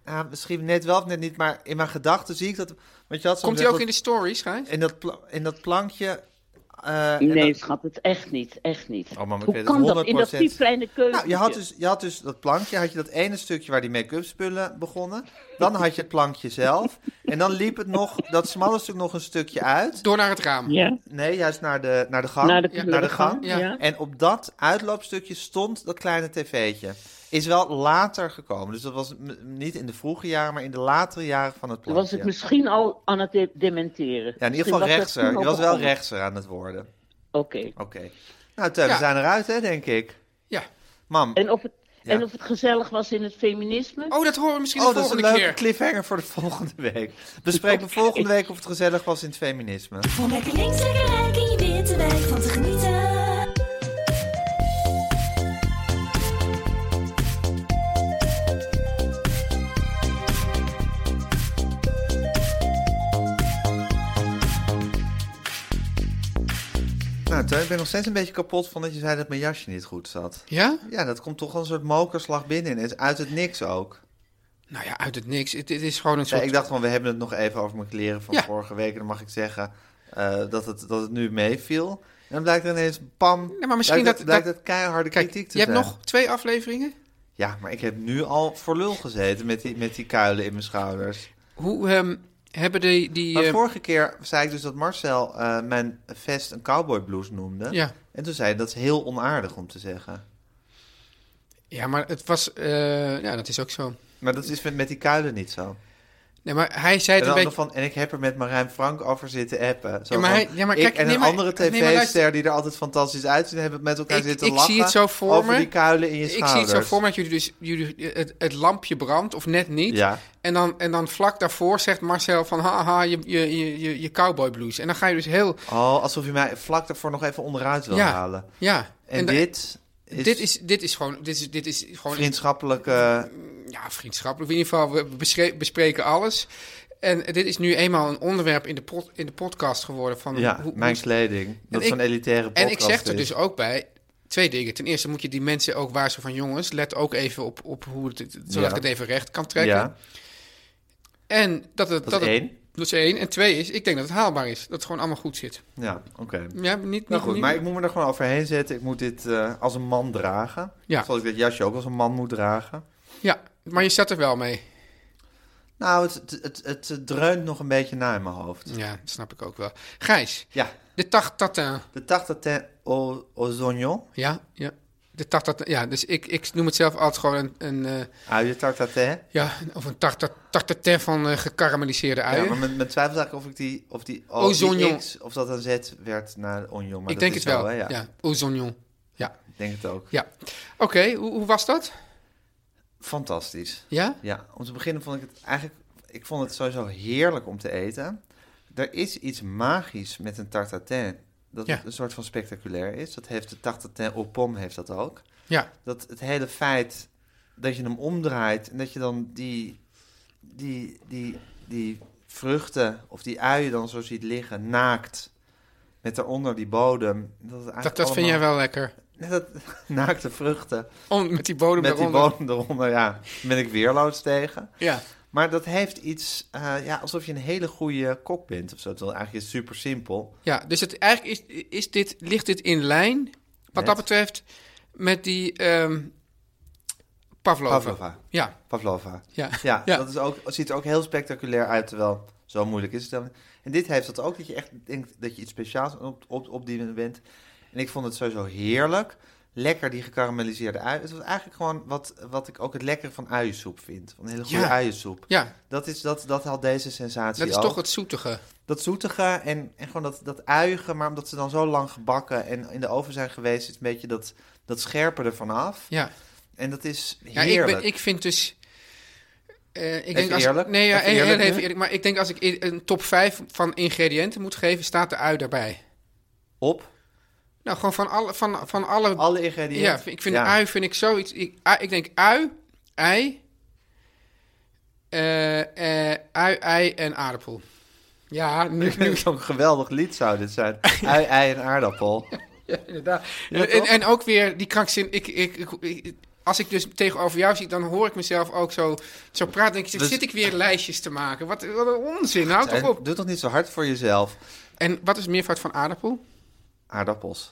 S1: Ah, misschien net wel of net niet, maar in mijn gedachten zie ik dat... Want je had zo'n-
S2: Komt die ook in de stories, Gijs?
S1: in dat, pla- in dat plankje... eh, en
S5: Nee,
S1: dat-
S5: schat, het echt niet. Echt niet.
S1: Oh, mam, ik
S5: Hoe
S1: weet het
S5: kan dat in dat
S1: 100%.
S5: piepkleine keuken?
S1: Nou, je had, dus, je had dus dat plankje, had je dat ene stukje waar die make-up spullen begonnen. Dan had je het plankje zelf. En dan liep het nog, dat smalle stuk nog een stukje uit.
S2: Door naar het raam.
S5: Ja,
S1: Nee, juist naar de, naar de gang.
S5: naar de,
S2: Ja,
S1: naar de gang.
S5: Ja.
S2: Ja.
S1: En op dat uitloopstukje stond dat kleine tv'tje. Is wel later gekomen. Dus dat was m- niet in de vroege jaren, maar in de latere jaren van het
S5: Dan
S1: plankje.
S5: was het misschien al aan het de- dementeren.
S1: Ja, in ieder
S5: Misschien
S1: geval
S5: was dat
S1: rechtser.
S5: toen
S1: Je
S5: al
S1: was wel
S5: begonnen.
S1: rechtser aan het worden.
S5: Oké.
S1: Oké. Nou, Teun,
S2: Ja.
S1: we zijn eruit, hè, denk ik.
S2: Ja.
S1: Mam,
S5: En, of het-
S1: Ja.
S5: en of het gezellig was in het feminisme?
S2: Oh, dat horen we misschien
S1: oh,
S2: de
S1: dat is een
S2: volgende
S1: leuke
S2: keer.
S1: cliffhanger voor de volgende week. Bespreken we volgende week of het gezellig was in het feminisme.
S4: Om lekker links, lekker rijk in je witte wijk van te genieten.
S1: Nou, Teun, ik ben nog steeds een beetje kapot van dat je zei dat mijn jasje niet goed zat.
S2: Ja?
S1: Ja, dat komt toch wel een soort mokerslag binnen. en is Uit het niks ook.
S2: Nou ja, uit het niks. Het, het is gewoon een
S1: Ja,
S2: soort...
S1: ik dacht van, we hebben het nog even over mijn kleren van
S2: Ja.
S1: vorige week. En dan mag ik zeggen eh, dat, het, dat het nu meeviel. En dan blijkt er ineens, pam,
S2: Ja, maar misschien
S1: blijkt,
S2: dat-
S1: blijkt
S2: dat-
S1: het keiharde
S2: Kijk, je
S1: kritiek
S2: hebt
S1: te zijn.
S2: nog twee afleveringen.
S1: Ja, maar ik heb nu al voor lul gezeten met die, met die kuilen in mijn schouders.
S2: Hoe ehm, hebben die... die
S1: Maar
S2: ehm,
S1: vorige keer zei ik dus dat Marcel eh, mijn vest een cowboyblues noemde.
S2: Ja.
S1: En toen zei hij, dat is heel onaardig om te zeggen.
S2: Ja, maar het was... eh, ja, dat is ook zo.
S1: Maar dat is met, met die kuilen niet zo.
S2: Nee, maar
S1: En,
S2: hij zei het een
S1: dan
S2: beetje...
S1: nog van, en ik heb er met Marijn Frank over zitten appen. Zo
S2: Ja, maar
S1: van,
S2: hij- ja, maar
S1: ik
S2: kijk,
S1: en
S2: nee,
S1: een
S2: maar-
S1: andere
S2: nee, maar luister.
S1: tv-ster die er altijd fantastisch uitzien... hebben het met elkaar
S2: Ik-
S1: zitten
S2: ik zie
S1: lachen
S2: het zo voor
S1: over
S2: me.
S1: die kuilen in je
S2: Ik
S1: schouders.
S2: zie het zo voor me dat jullie dus jullie, het, het lampje brandt of net niet.
S1: Ja.
S2: En, dan, en dan vlak daarvoor zegt Marcel van haha, je, je, je, je, je cowboy blues. En dan ga je dus heel...
S1: Oh, alsof je mij vlak daarvoor nog even onderuit wil
S2: ja,
S1: halen.
S2: ja.
S1: En,
S2: da-
S1: dit is,
S2: dit, is, dit is gewoon... Dit is, dit is gewoon
S1: vriendschappelijke...
S2: ja, vriendschappelijk. In ieder geval, we beschre- bespreken alles. En dit is nu eenmaal een onderwerp in de, pod- in de podcast geworden. Van
S1: ja,
S2: hoe- hoe-
S1: mijn kleding. Dat
S2: ik-
S1: zo'n elitaire podcast
S2: en ik zeg er
S1: is.
S2: dus ook bij, Twee dingen. Ten eerste moet je die mensen ook waarschuwen van jongens, let ook even op, op hoe het, zodat
S1: Ja.
S2: ik het even recht kan trekken.
S1: Ja,
S2: En dat het,
S1: dat,
S2: dat
S1: is
S2: het-
S1: één.
S2: dat is één. En twee is, ik denk dat het haalbaar is. Dat het gewoon allemaal goed zit.
S1: Ja, oké.
S2: Ja, niet, niet,
S1: Nou goed,
S2: niet-
S1: maar ik moet me er gewoon overheen zetten. Ik moet dit eh, als een man dragen.
S2: Ja.
S1: Zoals ik dit jasje ook als een man moet dragen.
S2: ja, maar je zat er wel mee.
S1: Nou, het, het, het, het, dreunt nog een beetje na in mijn hoofd.
S2: Ja, dat snap ik ook wel. Gijs,
S1: Ja,
S2: de tartatin.
S1: de tartatin au, au oignon.
S2: Ja, ja. De tartatin. Ja, dus ik, ik noem het zelf altijd gewoon een, een eh,
S1: Ui de tartatin.
S2: ja, of een tarta- tartatin van eh gekarameliseerde
S1: Ja,
S2: uien.
S1: maar met, met twijfel eigenlijk of ik die, of die,
S2: Au
S1: of die
S2: oignon.
S1: X, of dat een Z werd naar oignon. Maar dat
S2: ik denk
S1: is
S2: het wel.
S1: zo, hè?
S2: ja,
S1: ja.
S2: ja. aux oignons. Ja,
S1: Ik denk het ook.
S2: ja. Oké, hoe, hoe was dat?
S1: Fantastisch.
S2: Ja?
S1: Ja, om te beginnen vond ik het eigenlijk... Ik vond het sowieso heerlijk om te eten. Er is iets magisch met een tartatin. Dat
S2: Ja.
S1: het een soort van spectaculair is. Dat heeft de tartatin au pomme heeft dat ook.
S2: Ja.
S1: Dat het hele feit dat je hem omdraait... en dat je dan die, die, die, die vruchten of die uien dan zo ziet liggen, naakt... met daaronder die bodem. Dat, het eigenlijk
S2: Dat, dat vind jij wel lekker.
S1: allemaal- Dat, naakte vruchten
S2: Om, met die bodem
S1: met die
S2: eronder.
S1: bodem eronder. Ja, daar ben ik weerloos tegen.
S2: Ja.
S1: Maar dat heeft iets, eh, ja, alsof je een hele goede kok bent of zo. Terwijl eigenlijk is het super simpel.
S2: ja, dus het, eigenlijk is, is dit, ligt dit in lijn, wat
S1: Met?
S2: dat betreft, met die ehm Pavlova.
S1: Pavlova.
S2: Ja,
S1: Pavlova.
S2: ja.
S1: Ja,
S2: Ja.
S1: dat is ook, ziet er ook heel spectaculair uit, terwijl zo moeilijk is het dan. En dit heeft dat ook, dat je echt denkt dat je iets speciaals op, op, op die bent. En ik vond het sowieso heerlijk. Lekker die gekarameliseerde ui. Het was eigenlijk gewoon wat, wat ik ook het lekker van uiensoep vind. Een hele goede
S2: Ja.
S1: uiensoep.
S2: ja,
S1: Dat, is, dat, dat had deze sensatie
S2: dat is
S1: ook.
S2: toch het zoetige.
S1: dat zoetige en, en gewoon dat, dat uige, maar omdat ze dan zo lang gebakken en in de oven zijn geweest, is het een beetje dat, dat scherpe ervan af.
S2: Ja,
S1: En dat is
S2: ja ik,
S1: heerlijk.
S2: ben, ik vind dus... eh, ik denk als,
S1: eerlijk?
S2: Nee, ja,
S1: Even
S2: heel- heel
S1: eerlijk nu?
S2: even eerlijk. Maar ik denk als ik i- een top 5 van ingrediënten moet geven, staat de ui daarbij.
S1: Op
S2: Nou, gewoon van alle, van, van alle
S1: alle ingrediënten.
S2: Ja, ik vind ui vind ik zoiets. Ik, ui- ik denk ui, ei, eh, eh, ui, ei en aardappel. Ja, nu,
S1: Ik
S2: nu-
S1: vind Zo'n geweldig lied zou dit zijn. Ui, ei en aardappel.
S2: ja, inderdaad.
S1: Ja,
S2: en,
S1: toch?
S2: en ook weer die krankzin. Ik, ik, ik, ik- als ik dus tegenover jou zit, dan hoor ik mezelf ook zo, zo praten. Denk ik, zeg,
S1: Dus-
S2: zit ik weer lijstjes te maken? Wat, wat een onzin, hou toch
S1: En
S2: op.
S1: doe toch niet zo hard voor jezelf.
S2: En wat is het meervoud van aardappel?
S1: Aardappels.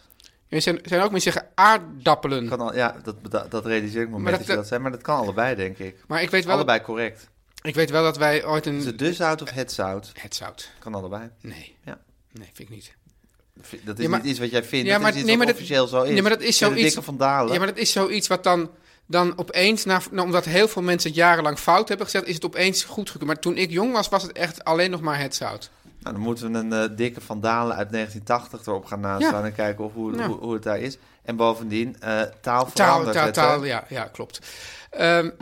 S2: Er zijn, zijn ook mensen die zeggen aardappelen.
S1: Kan al, ja, dat, dat, dat realiseer ik me
S2: Maar
S1: met
S2: dat-
S1: dat je dat zei, maar dat kan allebei, denk ik.
S2: Maar ik weet, wel,
S1: Allebei correct.
S2: ik weet wel dat wij ooit
S1: Is het
S2: een...
S1: de zout of het zout?
S2: Het zout.
S1: Kan allebei.
S2: Nee.
S1: Ja.
S2: Nee, vind ik niet.
S1: Dat is
S2: Ja, maar-
S1: niet iets wat jij vindt,
S2: Ja, maar-
S1: dat is iets
S2: nee,
S1: wat
S2: maar dat-
S1: officieel zo is.
S2: nee, maar dat is
S1: Ken je
S2: zoiets-
S1: De dikke van Dalen.
S2: Ja, maar dat is zoiets wat dan, dan opeens, na, nou, omdat heel veel mensen het jarenlang fout hebben gezet, is het opeens goedgekeurd. Maar toen ik jong was, was het echt alleen nog maar het zout.
S1: Nou, dan moeten we een eh, dikke Van Dalen uit 1980 erop gaan naslaan en kijken of, hoe,
S2: Ja.
S1: hoe, hoe het daar is. En bovendien, eh, taal
S2: Taal,
S1: verandert
S2: taal,
S1: het,
S2: taal,
S1: hè?
S2: ja, ja klopt. Ehm, maar ik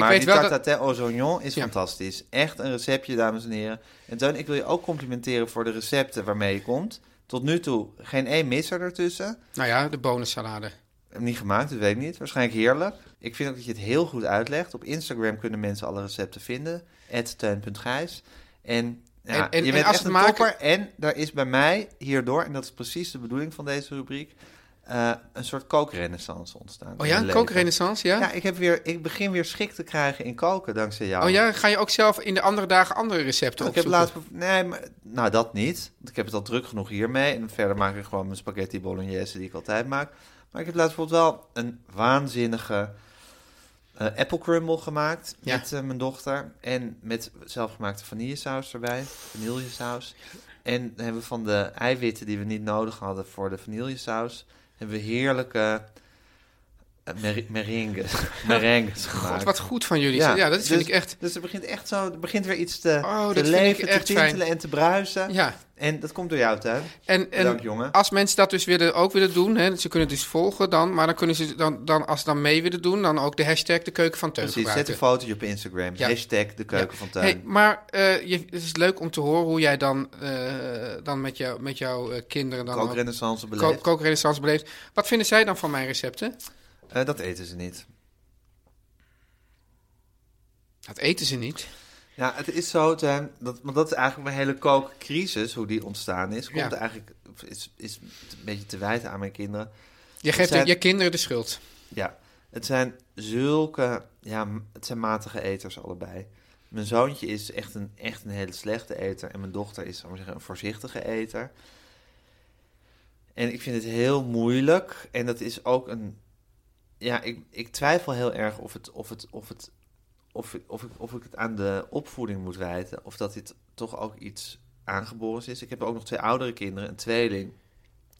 S1: maar
S2: weet
S1: die
S2: wel dat...
S1: tartatin aux oignons is
S2: Ja.
S1: fantastisch. Echt een receptje, dames en heren. En Teun, ik wil je ook complimenteren voor de recepten waarmee je komt. Tot nu toe geen één misser ertussen.
S2: Nou ja, de bonensalade.
S1: Hem niet gemaakt, dat weet ik niet. Waarschijnlijk heerlijk. Ik vind ook dat je het heel goed uitlegt. Op Instagram kunnen mensen alle recepten vinden. Teun.gijs. En, ja,
S2: En- en-
S1: je
S2: en
S1: bent
S2: als
S1: echt
S2: het
S1: een
S2: maken-
S1: topper. En daar is bij mij hierdoor, en dat is precies de bedoeling van deze rubriek... eh, een soort kookrenaissance ontstaan.
S2: Oh
S1: in
S2: ja,
S1: mijn leven.
S2: kookrenaissance, ja?
S1: Ja, ik, heb weer, ik begin weer schik te krijgen in koken dankzij jou.
S2: Oh ja, ga je ook zelf in de andere dagen andere recepten
S1: Ik heb
S2: opzoeken?
S1: laatst... bev- Nee, maar, nou dat niet. Want ik heb het al druk genoeg hiermee. En verder maak ik gewoon mijn spaghetti bolognese die ik altijd maak. Maar ik heb laatst bijvoorbeeld wel een waanzinnige eh apple crumble gemaakt
S2: Ja.
S1: met eh, mijn dochter. En met zelfgemaakte vanillesaus erbij. Vanillesaus. En dan hebben we van de eiwitten die we niet nodig hadden voor de vanillesaus... hebben we heerlijke eh, mer- meringues, meringues gemaakt.
S2: God, wat goed van jullie.
S1: Ja.
S2: Ja, dat vind
S1: Dus-
S2: ik echt...
S1: Dus er begint echt zo, er begint weer iets te,
S2: Oh, dat
S1: te
S2: vind ik
S1: leven, te
S2: echt
S1: tintelen
S2: fijn.
S1: en te bruisen.
S2: Ja,
S1: En dat komt door jou, Tuin.
S2: en, en
S1: Bedankt, jongen.
S2: Als mensen dat dus willen, ook willen doen, hè, ze kunnen het dus volgen dan, maar dan kunnen ze dan, dan als ze dan mee willen doen, dan ook de hashtag de keuken van Teun
S1: Precies, zet
S2: gebruiken.
S1: een fotootje op Instagram.
S2: Ja.
S1: Hashtag de keuken
S2: Ja.
S1: van Tuin.
S2: Hey, maar eh, je, het is leuk om te horen hoe jij dan, eh, dan met, jou, met jouw eh, kinderen dan ook
S1: Kookrenaissance
S2: ko-
S1: beleefd.
S2: kookrenaissance beleeft. Wat vinden zij dan van mijn recepten?
S1: Eh, dat eten ze niet.
S2: Dat eten ze niet.
S1: Ja, het is zo, Tuin, dat, want dat is eigenlijk mijn hele kookcrisis, hoe die ontstaan is. Komt
S2: Ja.
S1: eigenlijk, is, is een beetje te wijten aan mijn kinderen.
S2: Je geeft
S1: Zijn-
S2: je kinderen de schuld.
S1: Ja, het zijn zulke, ja, m- het zijn matige eters allebei. Mijn zoontje is echt een, echt een hele slechte eter en mijn dochter is, zal ik maar zeggen, een voorzichtige eter. En ik vind het heel moeilijk en dat is ook een, ja, ik, ik twijfel heel erg of het, of het, of het, of ik, of ik, of ik het aan de opvoeding moet wijten of dat dit toch ook iets aangeborens is. Ik heb ook nog twee oudere kinderen, een tweeling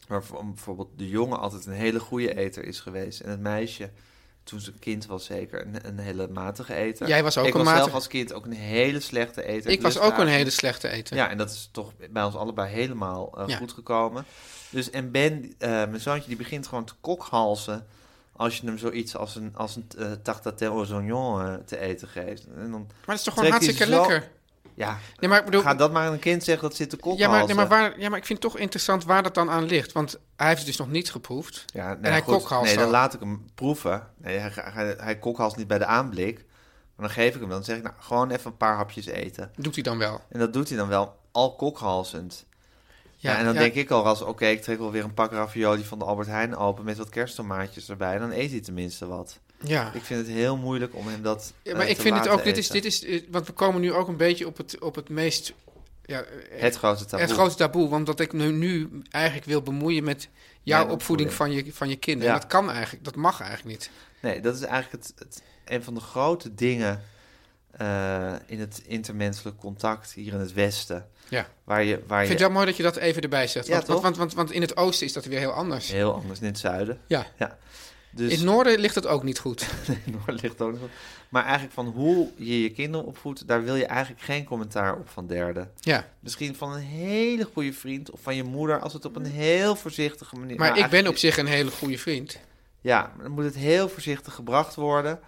S1: waarvan bijvoorbeeld de jongen altijd een hele goede eter is geweest. En het meisje, toen ze kind was zeker, een, een hele matige eter.
S2: Jij was ook
S1: ik
S2: een
S1: was zelf
S2: matige-
S1: als kind ook een hele slechte eter.
S2: Ik was ook
S1: Lusthaven.
S2: een hele slechte eter.
S1: Ja, en dat is toch bij ons allebei helemaal eh,
S2: Ja.
S1: goed gekomen. Dus en Ben, eh, mijn zoontje, die begint gewoon te kokhalzen als je hem zoiets als een, als een eh, tartatel aux oignons eh, te eten geeft. En dan,
S2: Maar dat is toch gewoon
S1: Trekt hij
S2: hartstikke
S1: zo-
S2: lekker?
S1: ja,
S2: Nee, maar ik bedoel,
S1: ga dat maar aan een kind zeggen dat zit te kokhalzen.
S2: ja, maar, nee, maar waar, ja, maar ik vind het toch interessant waar dat dan aan ligt. Want hij heeft het dus nog niet geproefd.
S1: Ja, nou
S2: hij
S1: goed.
S2: kokhalst
S1: Nee, dan
S2: al.
S1: laat ik hem proeven. Nee, hij, hij, hij kokhalst niet bij de aanblik. Maar dan geef ik hem, dan zeg ik, nou, gewoon even een paar hapjes eten.
S2: Doet hij dan wel.
S1: En dat doet hij dan wel, al kokhalsend. Ja, en dan denk ik al als, oké, ik trek wel weer een pak ravioli van de Albert Heijn open... met wat kersttomaatjes erbij, dan eet hij tenminste wat.
S2: Ja.
S1: Ik vind het heel moeilijk om hem dat
S2: Ja, maar
S1: eh,
S2: ik
S1: te
S2: vind het
S1: laten
S2: ook, dit is,
S1: eten.
S2: dit is, eh, want we komen nu ook een beetje op het, op het meest, ja, eh,
S1: Het grote taboe.
S2: het grote taboe. Want dat ik nu, nu eigenlijk wil bemoeien met jouw
S1: Mijn
S2: opvoeding
S1: opvoeding.
S2: van je, van je kinderen.
S1: Ja.
S2: Dat kan eigenlijk, dat mag eigenlijk niet.
S1: Nee, dat is eigenlijk het, het, een van de grote dingen eh, in het intermenselijk contact hier in het Westen.
S2: Ja.
S1: Waar je, waar
S2: Ik vind
S1: je
S2: het wel mooi dat je dat even erbij zegt.
S1: Ja,
S2: Want, want,
S1: toch?
S2: want, want, want in het oosten is dat weer heel anders. Ja.
S1: Heel anders in het zuiden. Ja. Dus
S2: In het noorden ligt het ook niet goed.
S1: Noord ligt ook nog. Maar eigenlijk van hoe je je kinderen opvoedt, daar wil je eigenlijk geen commentaar op van derden.
S2: Ja.
S1: Misschien van een hele goede vriend of van je moeder, als het op een heel voorzichtige manier. Nou,
S2: Maar ik ben
S1: eigenlijk-
S2: op zich een hele goede vriend.
S1: Ja, maar dan moet het heel voorzichtig gebracht worden.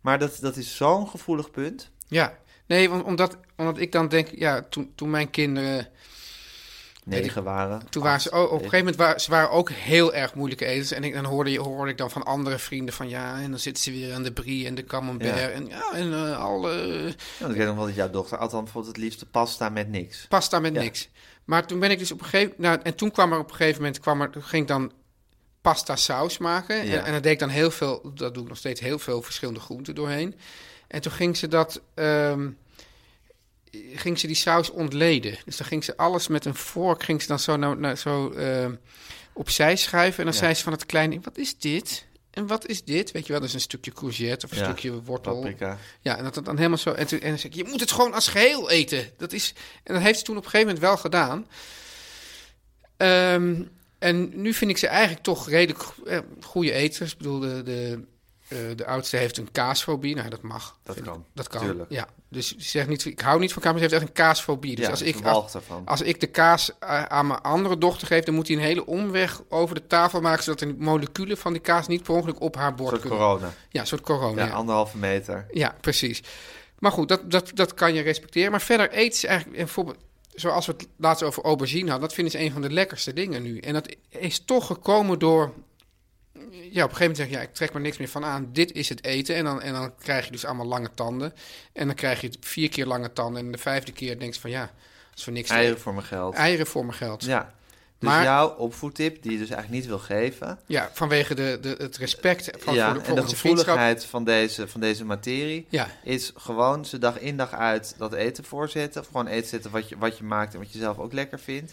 S1: Maar dat, dat is zo'n gevoelig punt.
S2: Ja. Nee, om- omdat, omdat ik dan denk, ja, toen, toen mijn kinderen, ik-
S1: Negen waren.
S2: toen waren ze,
S1: acht,
S2: oh, op een gegeven moment waren ze waren ook heel erg moeilijke eters. En ik, dan hoorde, je, hoorde ik dan van andere vrienden van, ja, en dan zitten ze weer aan de brie en de camembert
S1: Ja.
S2: en, ja, en eh, alle
S1: weet- Nou, ik weet nog wel dat jouw dochter altijd bijvoorbeeld het liefste pasta met niks.
S2: pasta met
S1: Ja.
S2: niks. Maar toen ben ik dus op een gegeven nou, en toen kwam er op een gegeven moment, kwam er, ging ik dan pasta saus maken.
S1: Ja.
S2: En, en dat deed ik dan heel veel, dat doe ik nog steeds, heel veel verschillende groenten doorheen. En toen ging ze dat, ehm, ging ze die saus ontleden. Dus dan ging ze alles met een vork, ging ze dan zo, nou, nou, zo ehm, opzij schuiven. En dan
S1: Ja.
S2: zei ze van het kleine, wat is dit? En wat is dit? Weet je wel, dat is een stukje courgette of een
S1: Ja,
S2: stukje wortel.
S1: Paprika.
S2: Ja, en dat het dan helemaal zo. En, toen, en dan zeg ik, je moet het gewoon als geheel eten. Dat is, en dat heeft ze toen op een gegeven moment wel gedaan. Ehm, en nu vind ik ze eigenlijk toch redelijk go- eh, goede eters. Ik bedoel, de, de, eh, de oudste heeft een kaasfobie. Nou, dat mag.
S1: Dat
S2: Vind
S1: kan.
S2: ik- Dat kan.
S1: Tuurlijk.
S2: Ja. Dus ze zegt niet, ik hou niet van kaas, maar ze heeft echt een kaasfobie. Dus
S1: ja,
S2: als
S1: ik
S2: ik.
S1: verwalg daarvan.
S2: Als ik de kaas eh, aan mijn andere dochter geef, dan moet hij een hele omweg over de tafel maken. zodat de moleculen van die kaas niet per ongeluk op haar
S1: Een
S2: bord
S1: soort
S2: kunnen.
S1: corona.
S2: Ja, een soort corona.
S1: Ja,
S2: ja.
S1: anderhalve meter.
S2: Ja, precies. Maar goed, dat, dat, dat kan je respecteren. Maar verder eet ze eigenlijk, en bijvoorbeeld, zoals we het laatst over aubergine hadden, dat vinden ze een van de lekkerste dingen nu. En dat is toch gekomen door. Ja, op een gegeven moment zeg je, ja, ik trek me niks meer van aan. Dit is het eten. En dan, en dan krijg je dus allemaal lange tanden. En dan krijg je vier keer lange tanden. En de vijfde keer denk je van, ja, dat is voor niks. te
S1: Eieren
S2: eten.
S1: voor mijn geld.
S2: Eieren voor mijn geld. Ja,
S1: Ja. Dus
S2: Maar-
S1: jouw opvoedtip, die je dus eigenlijk niet wil geven.
S2: vanwege de, de, het respect van,
S1: ja,
S2: voor, de,
S1: en
S2: voor
S1: de
S2: onze vriendschap.
S1: gevoeligheid van deze, van deze materie
S2: Ja,
S1: is gewoon ze dag in dag uit dat eten voorzetten. Of gewoon eten zetten wat je, wat je maakt en wat je zelf ook lekker vindt.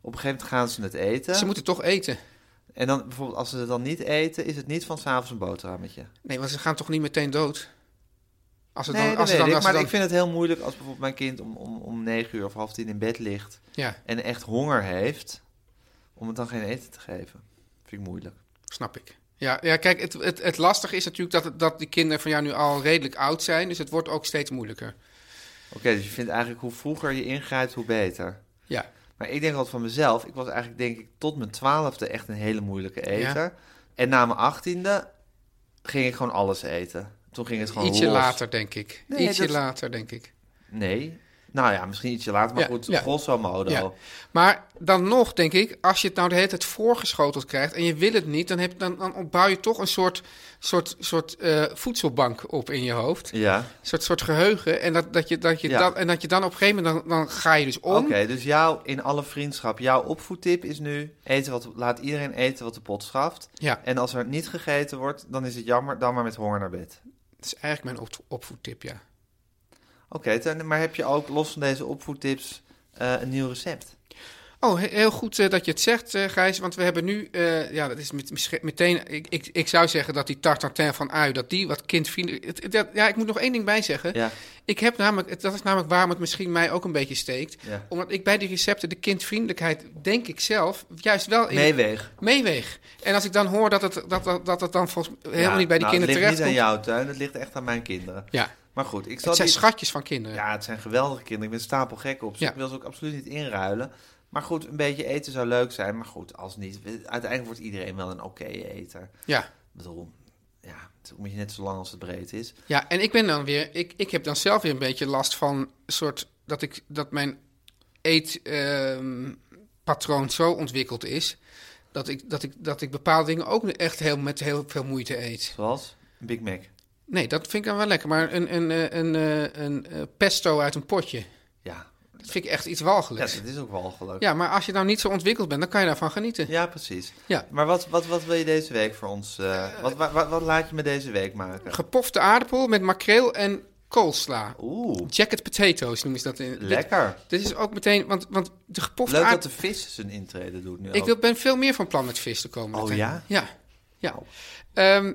S1: Op een gegeven moment gaan ze het eten.
S2: ze moeten toch eten.
S1: En dan bijvoorbeeld als ze het dan niet eten, is het niet van 's avonds een boterhammetje.
S2: Nee, want ze gaan toch niet meteen dood? Als ze
S1: Nee,
S2: dan,
S1: dat
S2: als ze
S1: weet
S2: dan,
S1: ik.
S2: als ze
S1: Maar
S2: dan,
S1: ik vind het heel moeilijk als bijvoorbeeld mijn kind om, om, om 9 uur of half tien in bed ligt
S2: Ja,
S1: en echt honger heeft, om het dan geen eten te geven. Vind ik moeilijk.
S2: snap ik. Ja, ja kijk, het, het, het lastige is natuurlijk dat, het- dat die kinderen van jou nu al redelijk oud zijn. Dus het wordt ook steeds moeilijker.
S1: Oké, dus je vindt eigenlijk hoe vroeger je ingrijpt, hoe beter.
S2: Ja,
S1: Maar ik denk altijd van mezelf. Ik was eigenlijk, denk ik, tot mijn twaalfde echt een hele moeilijke eter.
S2: Ja.
S1: En na mijn achttiende ging ik gewoon alles eten. Toen ging het gewoon
S2: ietsje
S1: los.
S2: later, denk ik.
S1: Nee,
S2: ietsje
S1: dat-
S2: later, denk ik.
S1: Nee, Nou ja, misschien ietsje later, maar
S2: Ja,
S1: goed,
S2: ja.
S1: grosso modo.
S2: Ja. Maar dan nog, denk ik, als je het nou de hele tijd voorgeschoteld krijgt en je wil het niet, dan, heb, dan, dan bouw je toch een soort, soort, soort eh, voedselbank op in je hoofd.
S1: Ja.
S2: Een soort, soort geheugen. En dat, dat, je, dat, je
S1: Ja.
S2: dan, en dat je dan op een gegeven moment, dan, dan ga je dus om.
S1: Oké, dus jouw, in alle vriendschap, jouw opvoedtip is nu, eten wat, laat iedereen eten wat de pot schaft.
S2: Ja.
S1: En als er niet gegeten wordt, dan is het jammer, dan maar met honger naar bed.
S2: Dat is eigenlijk mijn op, opvoedtip, ja.
S1: Oké, Teun, maar heb je ook los van deze opvoedtips eh, een nieuw recept?
S2: Oh, he- heel goed eh, dat je het zegt, eh, Gijs. Want we hebben nu, eh, ja, dat is met- misschien meteen. Ik, ik, ik zou zeggen dat die tartartin van ui, dat die wat kindvriendelijk. het- het- dat- Ja, ik moet nog één ding bij zeggen.
S1: Ja.
S2: Ik heb namelijk, het- dat is namelijk waarom het misschien mij ook een beetje steekt.
S1: Ja.
S2: Omdat ik bij die recepten de kindvriendelijkheid, denk ik zelf, juist wel in
S1: Meeweeg.
S2: meeweeg. En als ik dan hoor dat het, dat, dat, dat het dan volgens helemaal
S1: Ja,
S2: niet bij die
S1: nou,
S2: kinderen
S1: Het
S2: terecht
S1: ligt
S2: komt.
S1: niet aan jouw tuin, het ligt echt aan mijn kinderen.
S2: Ja,
S1: Maar goed, ik zal
S2: het zijn
S1: die-
S2: schatjes van kinderen.
S1: Ja, het zijn geweldige kinderen. Ik ben stapel gek op ze.
S2: Ja.
S1: Ik wil ze ook absoluut niet inruilen. Maar goed, een beetje eten zou leuk zijn. Maar goed, als niet. we- Uiteindelijk wordt iedereen wel een oké eter. Ik
S2: ja.
S1: bedoel, ja, het moet je net zo lang als het breed is.
S2: Ja, en ik ben dan weer, ik, ik heb dan zelf weer een beetje last van een soort dat ik dat mijn eetpatroon patroon zo ontwikkeld is. Dat ik, dat, ik, dat ik bepaalde dingen ook echt heel, met heel veel moeite eet.
S1: Zoals een Big Mac.
S2: Nee, dat vind ik dan wel lekker. Maar een, een, eh, een, eh, een, eh, pesto uit een potje,
S1: Ja,
S2: dat vind ik echt iets
S1: ja
S2: walgelijks.
S1: dat
S2: Ja,
S1: is ook wel gelukt.
S2: maar als je nou niet zo ontwikkeld bent, dan kan je daarvan genieten.
S1: Ja, precies.
S2: Ja.
S1: Maar wat, wat, wat wil je deze week voor ons? eh, wat, wat, wat, wat laat je me deze week maken?
S2: Gepofte aardappel met makreel en koolsla.
S1: Oeh,
S2: Jacket potatoes noemen ze dat in. Dit,
S1: lekker.
S2: dit is ook meteen, want, want de gepofte
S1: Leuk
S2: aardappel...
S1: dat de vis zijn intrede doet nu
S2: Ik
S1: ook.
S2: wil- ben veel meer van plan met vis te komen.
S1: Oh, ja?
S2: Ja. ja. Ehm,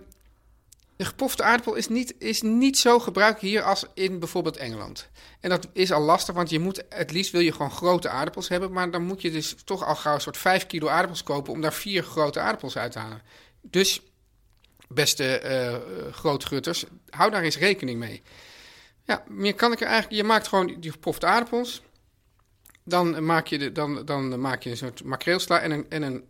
S2: de gepofte aardappel is niet, is niet zo gebruikt hier als in bijvoorbeeld Engeland. En dat is al lastig, want je moet, het liefst wil je gewoon grote aardappels hebben. Maar dan moet je dus toch al gauw een soort 5 kilo aardappels kopen om daar vier grote aardappels uit te halen. Dus, beste eh eh, grootgutters, hou daar eens rekening mee. Ja, meer kan ik er eigenlijk. Je maakt gewoon die gepofte aardappels. Dan eh, maak je, de, dan, dan maak je een soort makreelsla en een, en een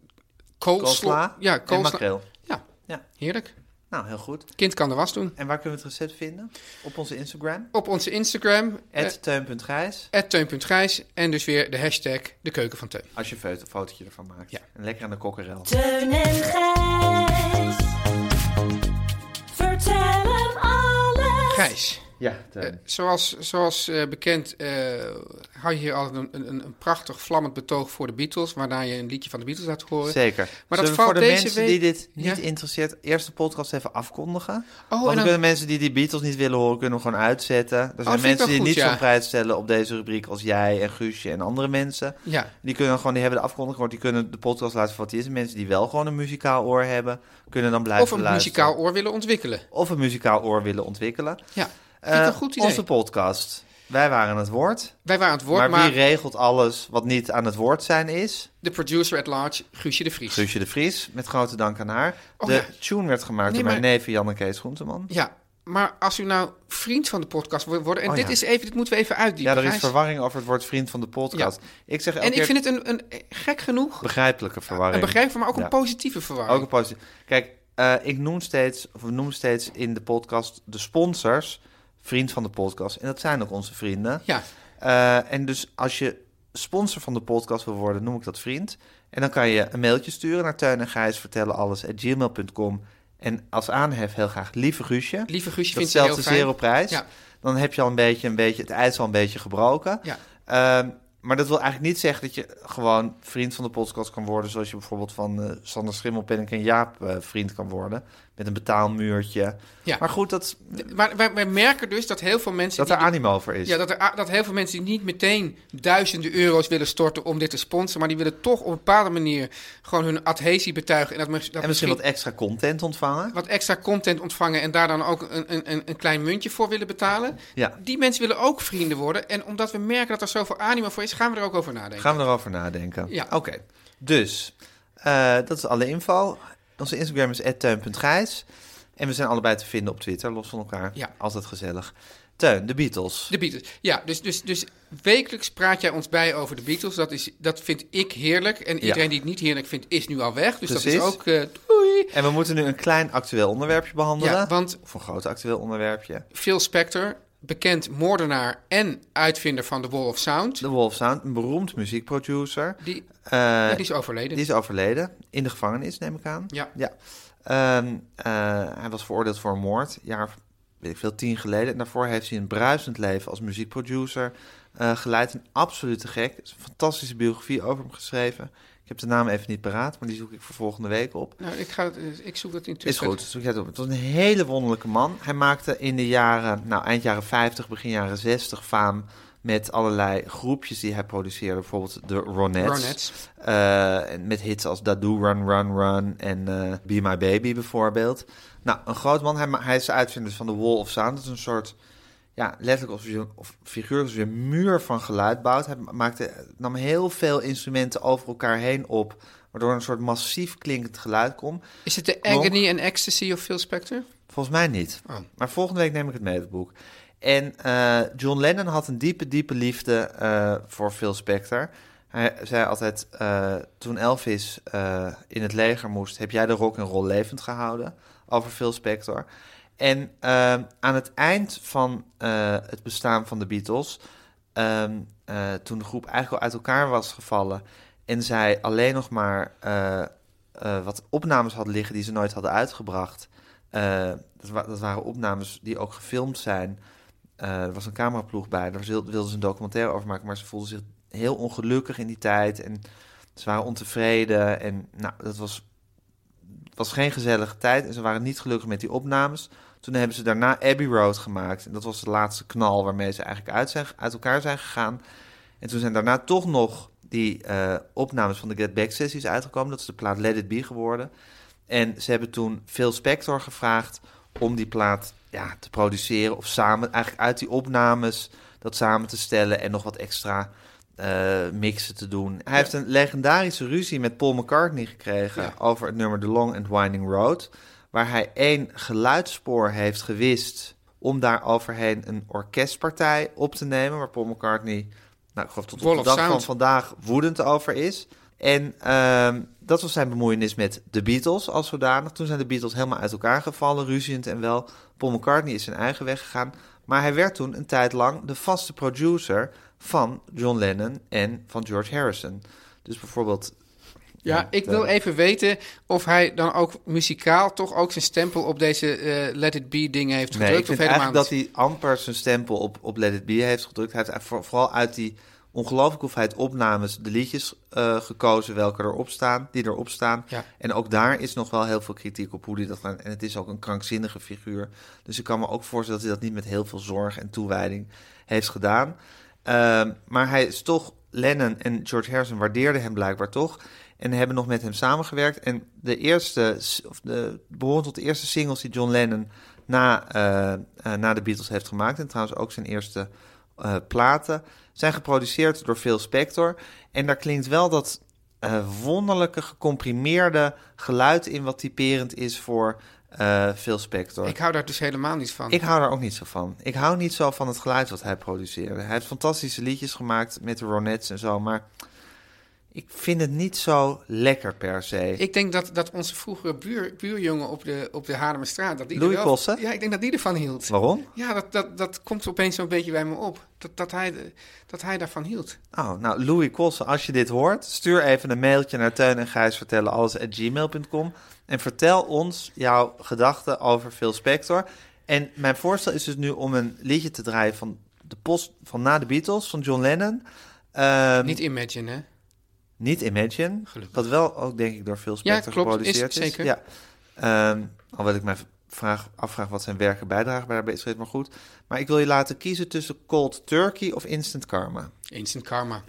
S2: koolsla.
S1: Koolsla
S2: Ja,
S1: en makreel.
S2: Ja,
S1: Ja.
S2: heerlijk.
S1: Nou, heel goed.
S2: Kind kan de was doen.
S1: En waar kunnen we het recept vinden? Op onze Instagram,
S2: Op onze Instagram, eh,
S1: teun.grijs.
S2: teun.grijs. En dus weer de hashtag de keuken van Teun.
S1: Als je een foto- fotootje ervan maakt.
S2: Ja.
S1: En lekker aan de kokkerel.
S4: Teun en Gijs. Vertel hem alles.
S2: Grijs.
S1: Ja,
S2: Eh,
S1: Teun.
S2: Zoals, zoals eh, bekend eh, hou je hier altijd een, een, een prachtig vlammend betoog voor de Beatles. Waarna je een liedje van de Beatles laat horen.
S1: Zeker.
S2: dat
S1: Zullen we
S2: valt
S1: voor de
S2: deze
S1: mensen
S2: week-
S1: die dit niet
S2: Ja. Oh,
S1: interesseert, eerst de podcast even afkondigen. Want
S2: en
S1: dan
S2: dan- Oh,
S1: kunnen mensen die die Beatles niet willen horen, kunnen hem gewoon uitzetten. Er zijn
S2: vind ik
S1: mensen
S2: wel
S1: die
S2: goed,
S1: niet
S2: ja.
S1: zo'n prijs stellen op deze rubriek als jij en Guusje en andere mensen.
S2: Ja.
S1: Die kunnen gewoon, die hebben de afkondiging gehoord, die kunnen de podcast laten voor wat die is. En mensen die wel gewoon een muzikaal oor hebben, kunnen dan blijven
S2: Of een
S1: luisteren.
S2: muzikaal oor willen ontwikkelen.
S1: Of een muzikaal oor willen ontwikkelen.
S2: Ja, vind ik een
S1: Eh,
S2: goed idee.
S1: Onze podcast. Wij waren het woord.
S2: Wij waren aan het woord,
S1: maar,
S2: maar,
S1: wie regelt alles wat niet aan het woord zijn is?
S2: de producer at large, Guusje de Vries.
S1: Guusje de Vries, met grote dank aan haar.
S2: Oh,
S1: de
S2: ja.
S1: tune werd gemaakt
S2: Nee,
S1: door mijn
S2: maar-
S1: neef Janneke Schoenteman.
S2: Ja, maar als u nou vriend van de podcast wil worden... en
S1: Oh,
S2: dit,
S1: ja.
S2: is even, dit moeten we even uitdiepen.
S1: Ja, er is
S2: Gijs.
S1: verwarring over het woord vriend van de podcast. Ik zeg elke
S2: En ik
S1: keer
S2: vind het een, een eh, gek genoeg,
S1: begrijpelijke verwarring.
S2: een begrijp maar ook
S1: Ja.
S2: een positieve verwarring.
S1: Ook een positief. Kijk, eh, ik noem steeds, of we noemen steeds in de podcast de sponsors vriend van de podcast. En dat zijn ook onze vrienden.
S2: Ja,
S1: Eh, en dus als je sponsor van de podcast wil worden, noem ik dat vriend. En dan kan je een mailtje sturen naar Teun en Gijs vertellen alles at gmail.com. En als aanhef heel graag lieve Guusje.
S2: lieve Guusje
S1: Dat
S2: vindt het
S1: stelt
S2: heel
S1: de
S2: fijn.
S1: zero prijs.
S2: Ja.
S1: Dan heb je al een beetje, een beetje het ijs al een beetje gebroken.
S2: Ja.
S1: Ehm, maar dat wil eigenlijk niet zeggen dat je gewoon vriend van de podcast kan worden. Zoals je bijvoorbeeld van eh, Sander Schimmelpenninck en Jaap eh, vriend kan worden. Met een betaalmuurtje.
S2: Ja.
S1: Maar goed, dat,
S2: De- Maar wij, wij merken dus dat heel veel mensen...
S1: dat er
S2: die-
S1: animo over is.
S2: ja, dat, er, a- dat heel veel mensen die niet meteen duizenden euro's willen storten om dit te sponsoren... maar die willen toch op een bepaalde manier gewoon hun adhesie betuigen. En, dat, mis- dat
S1: en misschien wat extra content ontvangen.
S2: wat extra content ontvangen en daar dan ook een, een- een, een klein muntje voor willen betalen.
S1: Ja.
S2: Die mensen willen ook vrienden worden. En omdat we merken dat er zoveel animo voor is, gaan we er ook over nadenken.
S1: Gaan we erover nadenken.
S2: Ja.
S1: Oké. Dus, eh, dat is alle info. Onze Instagram is teun.gijs. En we zijn allebei te vinden op Twitter, los van elkaar.
S2: Ja.
S1: Altijd gezellig. Teun, de Beatles.
S2: De Beatles. Ja, dus, dus, dus wekelijks praat jij ons bij over de Beatles. Dat, is, dat vind ik heerlijk. En iedereen die het niet heerlijk vindt, is nu al weg. Dus
S1: Precies.
S2: dat is ook... eh, doei!
S1: En we moeten nu een klein actueel onderwerpje behandelen.
S2: Ja, want-
S1: Of een groot actueel onderwerpje.
S2: Phil Spector bekend moordenaar en uitvinder van de Wall of Sound.
S1: De Wolf Sound, een beroemd muziekproducer.
S2: Die,
S1: Eh,
S2: ja, die is overleden.
S1: Die is overleden. In de gevangenis, neem ik aan.
S2: Ja.
S1: ja. Ehm, eh, hij was veroordeeld voor een moord, een jaar, of, weet ik veel, tien geleden. En daarvoor heeft hij een bruisend leven als muziekproducer eh, geleid. Een absolute gek. Er is een fantastische biografie over hem geschreven. Ik heb de naam even niet paraat, maar die zoek ik voor volgende week op.
S2: Nou, ik, ga, het- eh, ik zoek dat in
S1: Is
S2: Twitter.
S1: goed, zoek jij het op. Het was een hele wonderlijke man. Hij maakte in de jaren, nou eind jaren 50, begin jaren 60 faam met allerlei groepjes die hij produceerde. Bijvoorbeeld de Ronettes.
S2: Ronettes.
S1: Eh, en met hits als Dadu Run Run Run en eh, Be My Baby bijvoorbeeld. Nou, een groot man. Hij, ma- hij is de uitvinder van de Wall of Sound. Dat is een soort, ja, letterlijk of, je- of figuurlijk als je een muur van geluid bouwt. Hij maakte, nam heel veel instrumenten over elkaar heen op, waardoor een soort massief klinkend geluid komt.
S2: Is het de
S1: Klonk.
S2: Agony and Ecstasy of Phil Spector?
S1: Volgens mij niet.
S2: Oh.
S1: Maar volgende week neem ik het mee, het boek. En eh, John Lennon had een diepe, diepe liefde eh, voor Phil Spector. Hij zei altijd, eh, toen Elvis eh, in het leger moest... heb jij de rock en roll levend gehouden over Phil Spector. En eh, aan het eind van eh, het bestaan van de Beatles... ehm, eh, toen de groep eigenlijk al uit elkaar was gevallen... en zij alleen nog maar eh, eh, wat opnames had liggen die ze nooit hadden uitgebracht... Eh, dat, wa- dat waren opnames die ook gefilmd zijn. Eh, er was een cameraploeg bij, daar zil- wilden ze een documentaire over maken, maar ze voelden zich heel ongelukkig in die tijd en ze waren ontevreden en nou, dat was, was geen gezellige tijd en ze waren niet gelukkig met die opnames. Toen hebben ze daarna Abbey Road gemaakt en dat was de laatste knal waarmee ze eigenlijk uit, zijn, uit elkaar zijn gegaan. En toen zijn daarna toch nog die eh, opnames van de Get Back sessies uitgekomen, dat is de plaat Let It Be geworden. En ze hebben toen Phil Spector gevraagd om die plaat ja, te produceren. Of samen, eigenlijk uit die opnames dat samen te stellen en nog wat extra eh, mixen te doen. Hij heeft een legendarische ruzie met Paul McCartney gekregen
S2: Ja.
S1: over het nummer The Long and Winding Road. Waar hij één geluidspoor heeft gewist om daar overheen een orkestpartij op te nemen. Waar Paul McCartney, nou ik geloof tot
S2: Wall
S1: op de dag
S2: of
S1: van
S2: Sound.
S1: vandaag woedend over is. En ehm, dat was zijn bemoeienis met de Beatles als zodanig. Toen zijn de Beatles helemaal uit elkaar gevallen, ruziend en wel. Paul McCartney is zijn eigen weg gegaan. Maar hij werd toen een tijd lang de vaste producer van John Lennon en van George Harrison. Dus bijvoorbeeld... eh,
S2: Ja, ik wil
S1: de-
S2: even weten of hij dan ook muzikaal toch ook zijn stempel op deze eh, Let It Be dingen heeft gedrukt.
S1: Nee, ik vind
S2: of helemaal
S1: eigenlijk dat hij amper zijn stempel op, op Let It Be heeft gedrukt. Hij heeft voor- vooral uit die ongelooflijke hoeveelheid opnames de liedjes eh, gekozen welke erop staan, die erop staan.
S2: Ja.
S1: En ook daar is nog wel heel veel kritiek op hoe die dat gaat. En het is ook een krankzinnige figuur. Dus ik kan me ook voorstellen dat hij dat niet met heel veel zorg en toewijding heeft gedaan. Ehm, maar hij is toch, Lennon en George Harrison waardeerden hem blijkbaar toch. En hebben nog met hem samengewerkt. En de eerste, s- of de, behoren tot de eerste singles die John Lennon na, eh, eh, na de Beatles heeft gemaakt. En trouwens ook zijn eerste eh, platen. Zijn geproduceerd door Phil Spector. En daar klinkt wel dat eh, wonderlijke, gecomprimeerde geluid in wat typerend is voor eh, Phil Spector.
S2: Ik hou daar dus helemaal niet van.
S1: Ik hou daar ook niet zo van. Ik hou niet zo van het geluid wat hij produceerde. Hij heeft fantastische liedjes gemaakt met de Ronettes en zo, maar ik vind het niet zo lekker per se.
S2: Ik denk dat, dat onze vroegere buur, buurjongen op de, op de Haarlemmerstraat... Dat die er
S1: Louis
S2: wel-
S1: Kossen?
S2: Ja, ik denk dat die ervan hield.
S1: Waarom?
S2: Ja, dat, dat, dat komt opeens zo'n beetje bij me op. Dat, dat, hij, de- dat hij daarvan hield.
S1: Oh, nou, Louis Kossen, als je dit hoort, stuur even een mailtje naar Teun en Gijs vertellen alles at gmail.com en vertel ons jouw gedachten over Phil Spector. En mijn voorstel is dus nu om een liedje te draaien van de post van na de Beatles van John Lennon. Ehm,
S2: Niet Imagine, hè?
S1: Niet Imagine.
S2: Gelukkig.
S1: Wat wel ook, denk ik, door Phil Spector
S2: klopt, is
S1: geproduceerd is.
S2: zeker.
S1: Ja. Ehm, alhoewel ik mij vraag, afvraag wat zijn werken bijdragen bij daarbij is het maar goed. Maar ik wil je laten kiezen tussen Cold Turkey of Instant Karma.
S2: Instant Karma.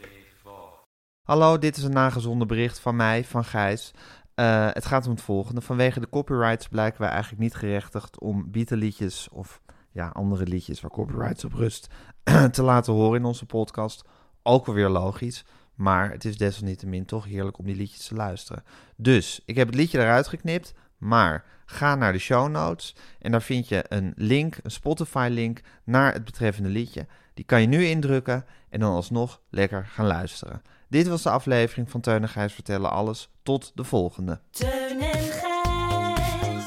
S1: Hallo, dit is een nagezonden bericht van mij, van Gijs. Eh, het gaat om het volgende. Vanwege de copyrights blijken wij eigenlijk niet gerechtigd om bietenliedjes of ja, andere liedjes waar copyrights op rust te laten horen in onze podcast. Ook alweer logisch, maar het is desalniettemin toch heerlijk om die liedjes te luisteren. Dus, ik heb het liedje eruit geknipt, maar ga naar de show notes en daar vind je een link, een Spotify-link naar het betreffende liedje. Die kan je nu indrukken en dan alsnog lekker gaan luisteren. Dit was de aflevering van Teun en Gijs Vertellen Alles. Tot de volgende.
S4: Teun en Gijs.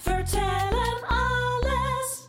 S4: Vertel hem alles.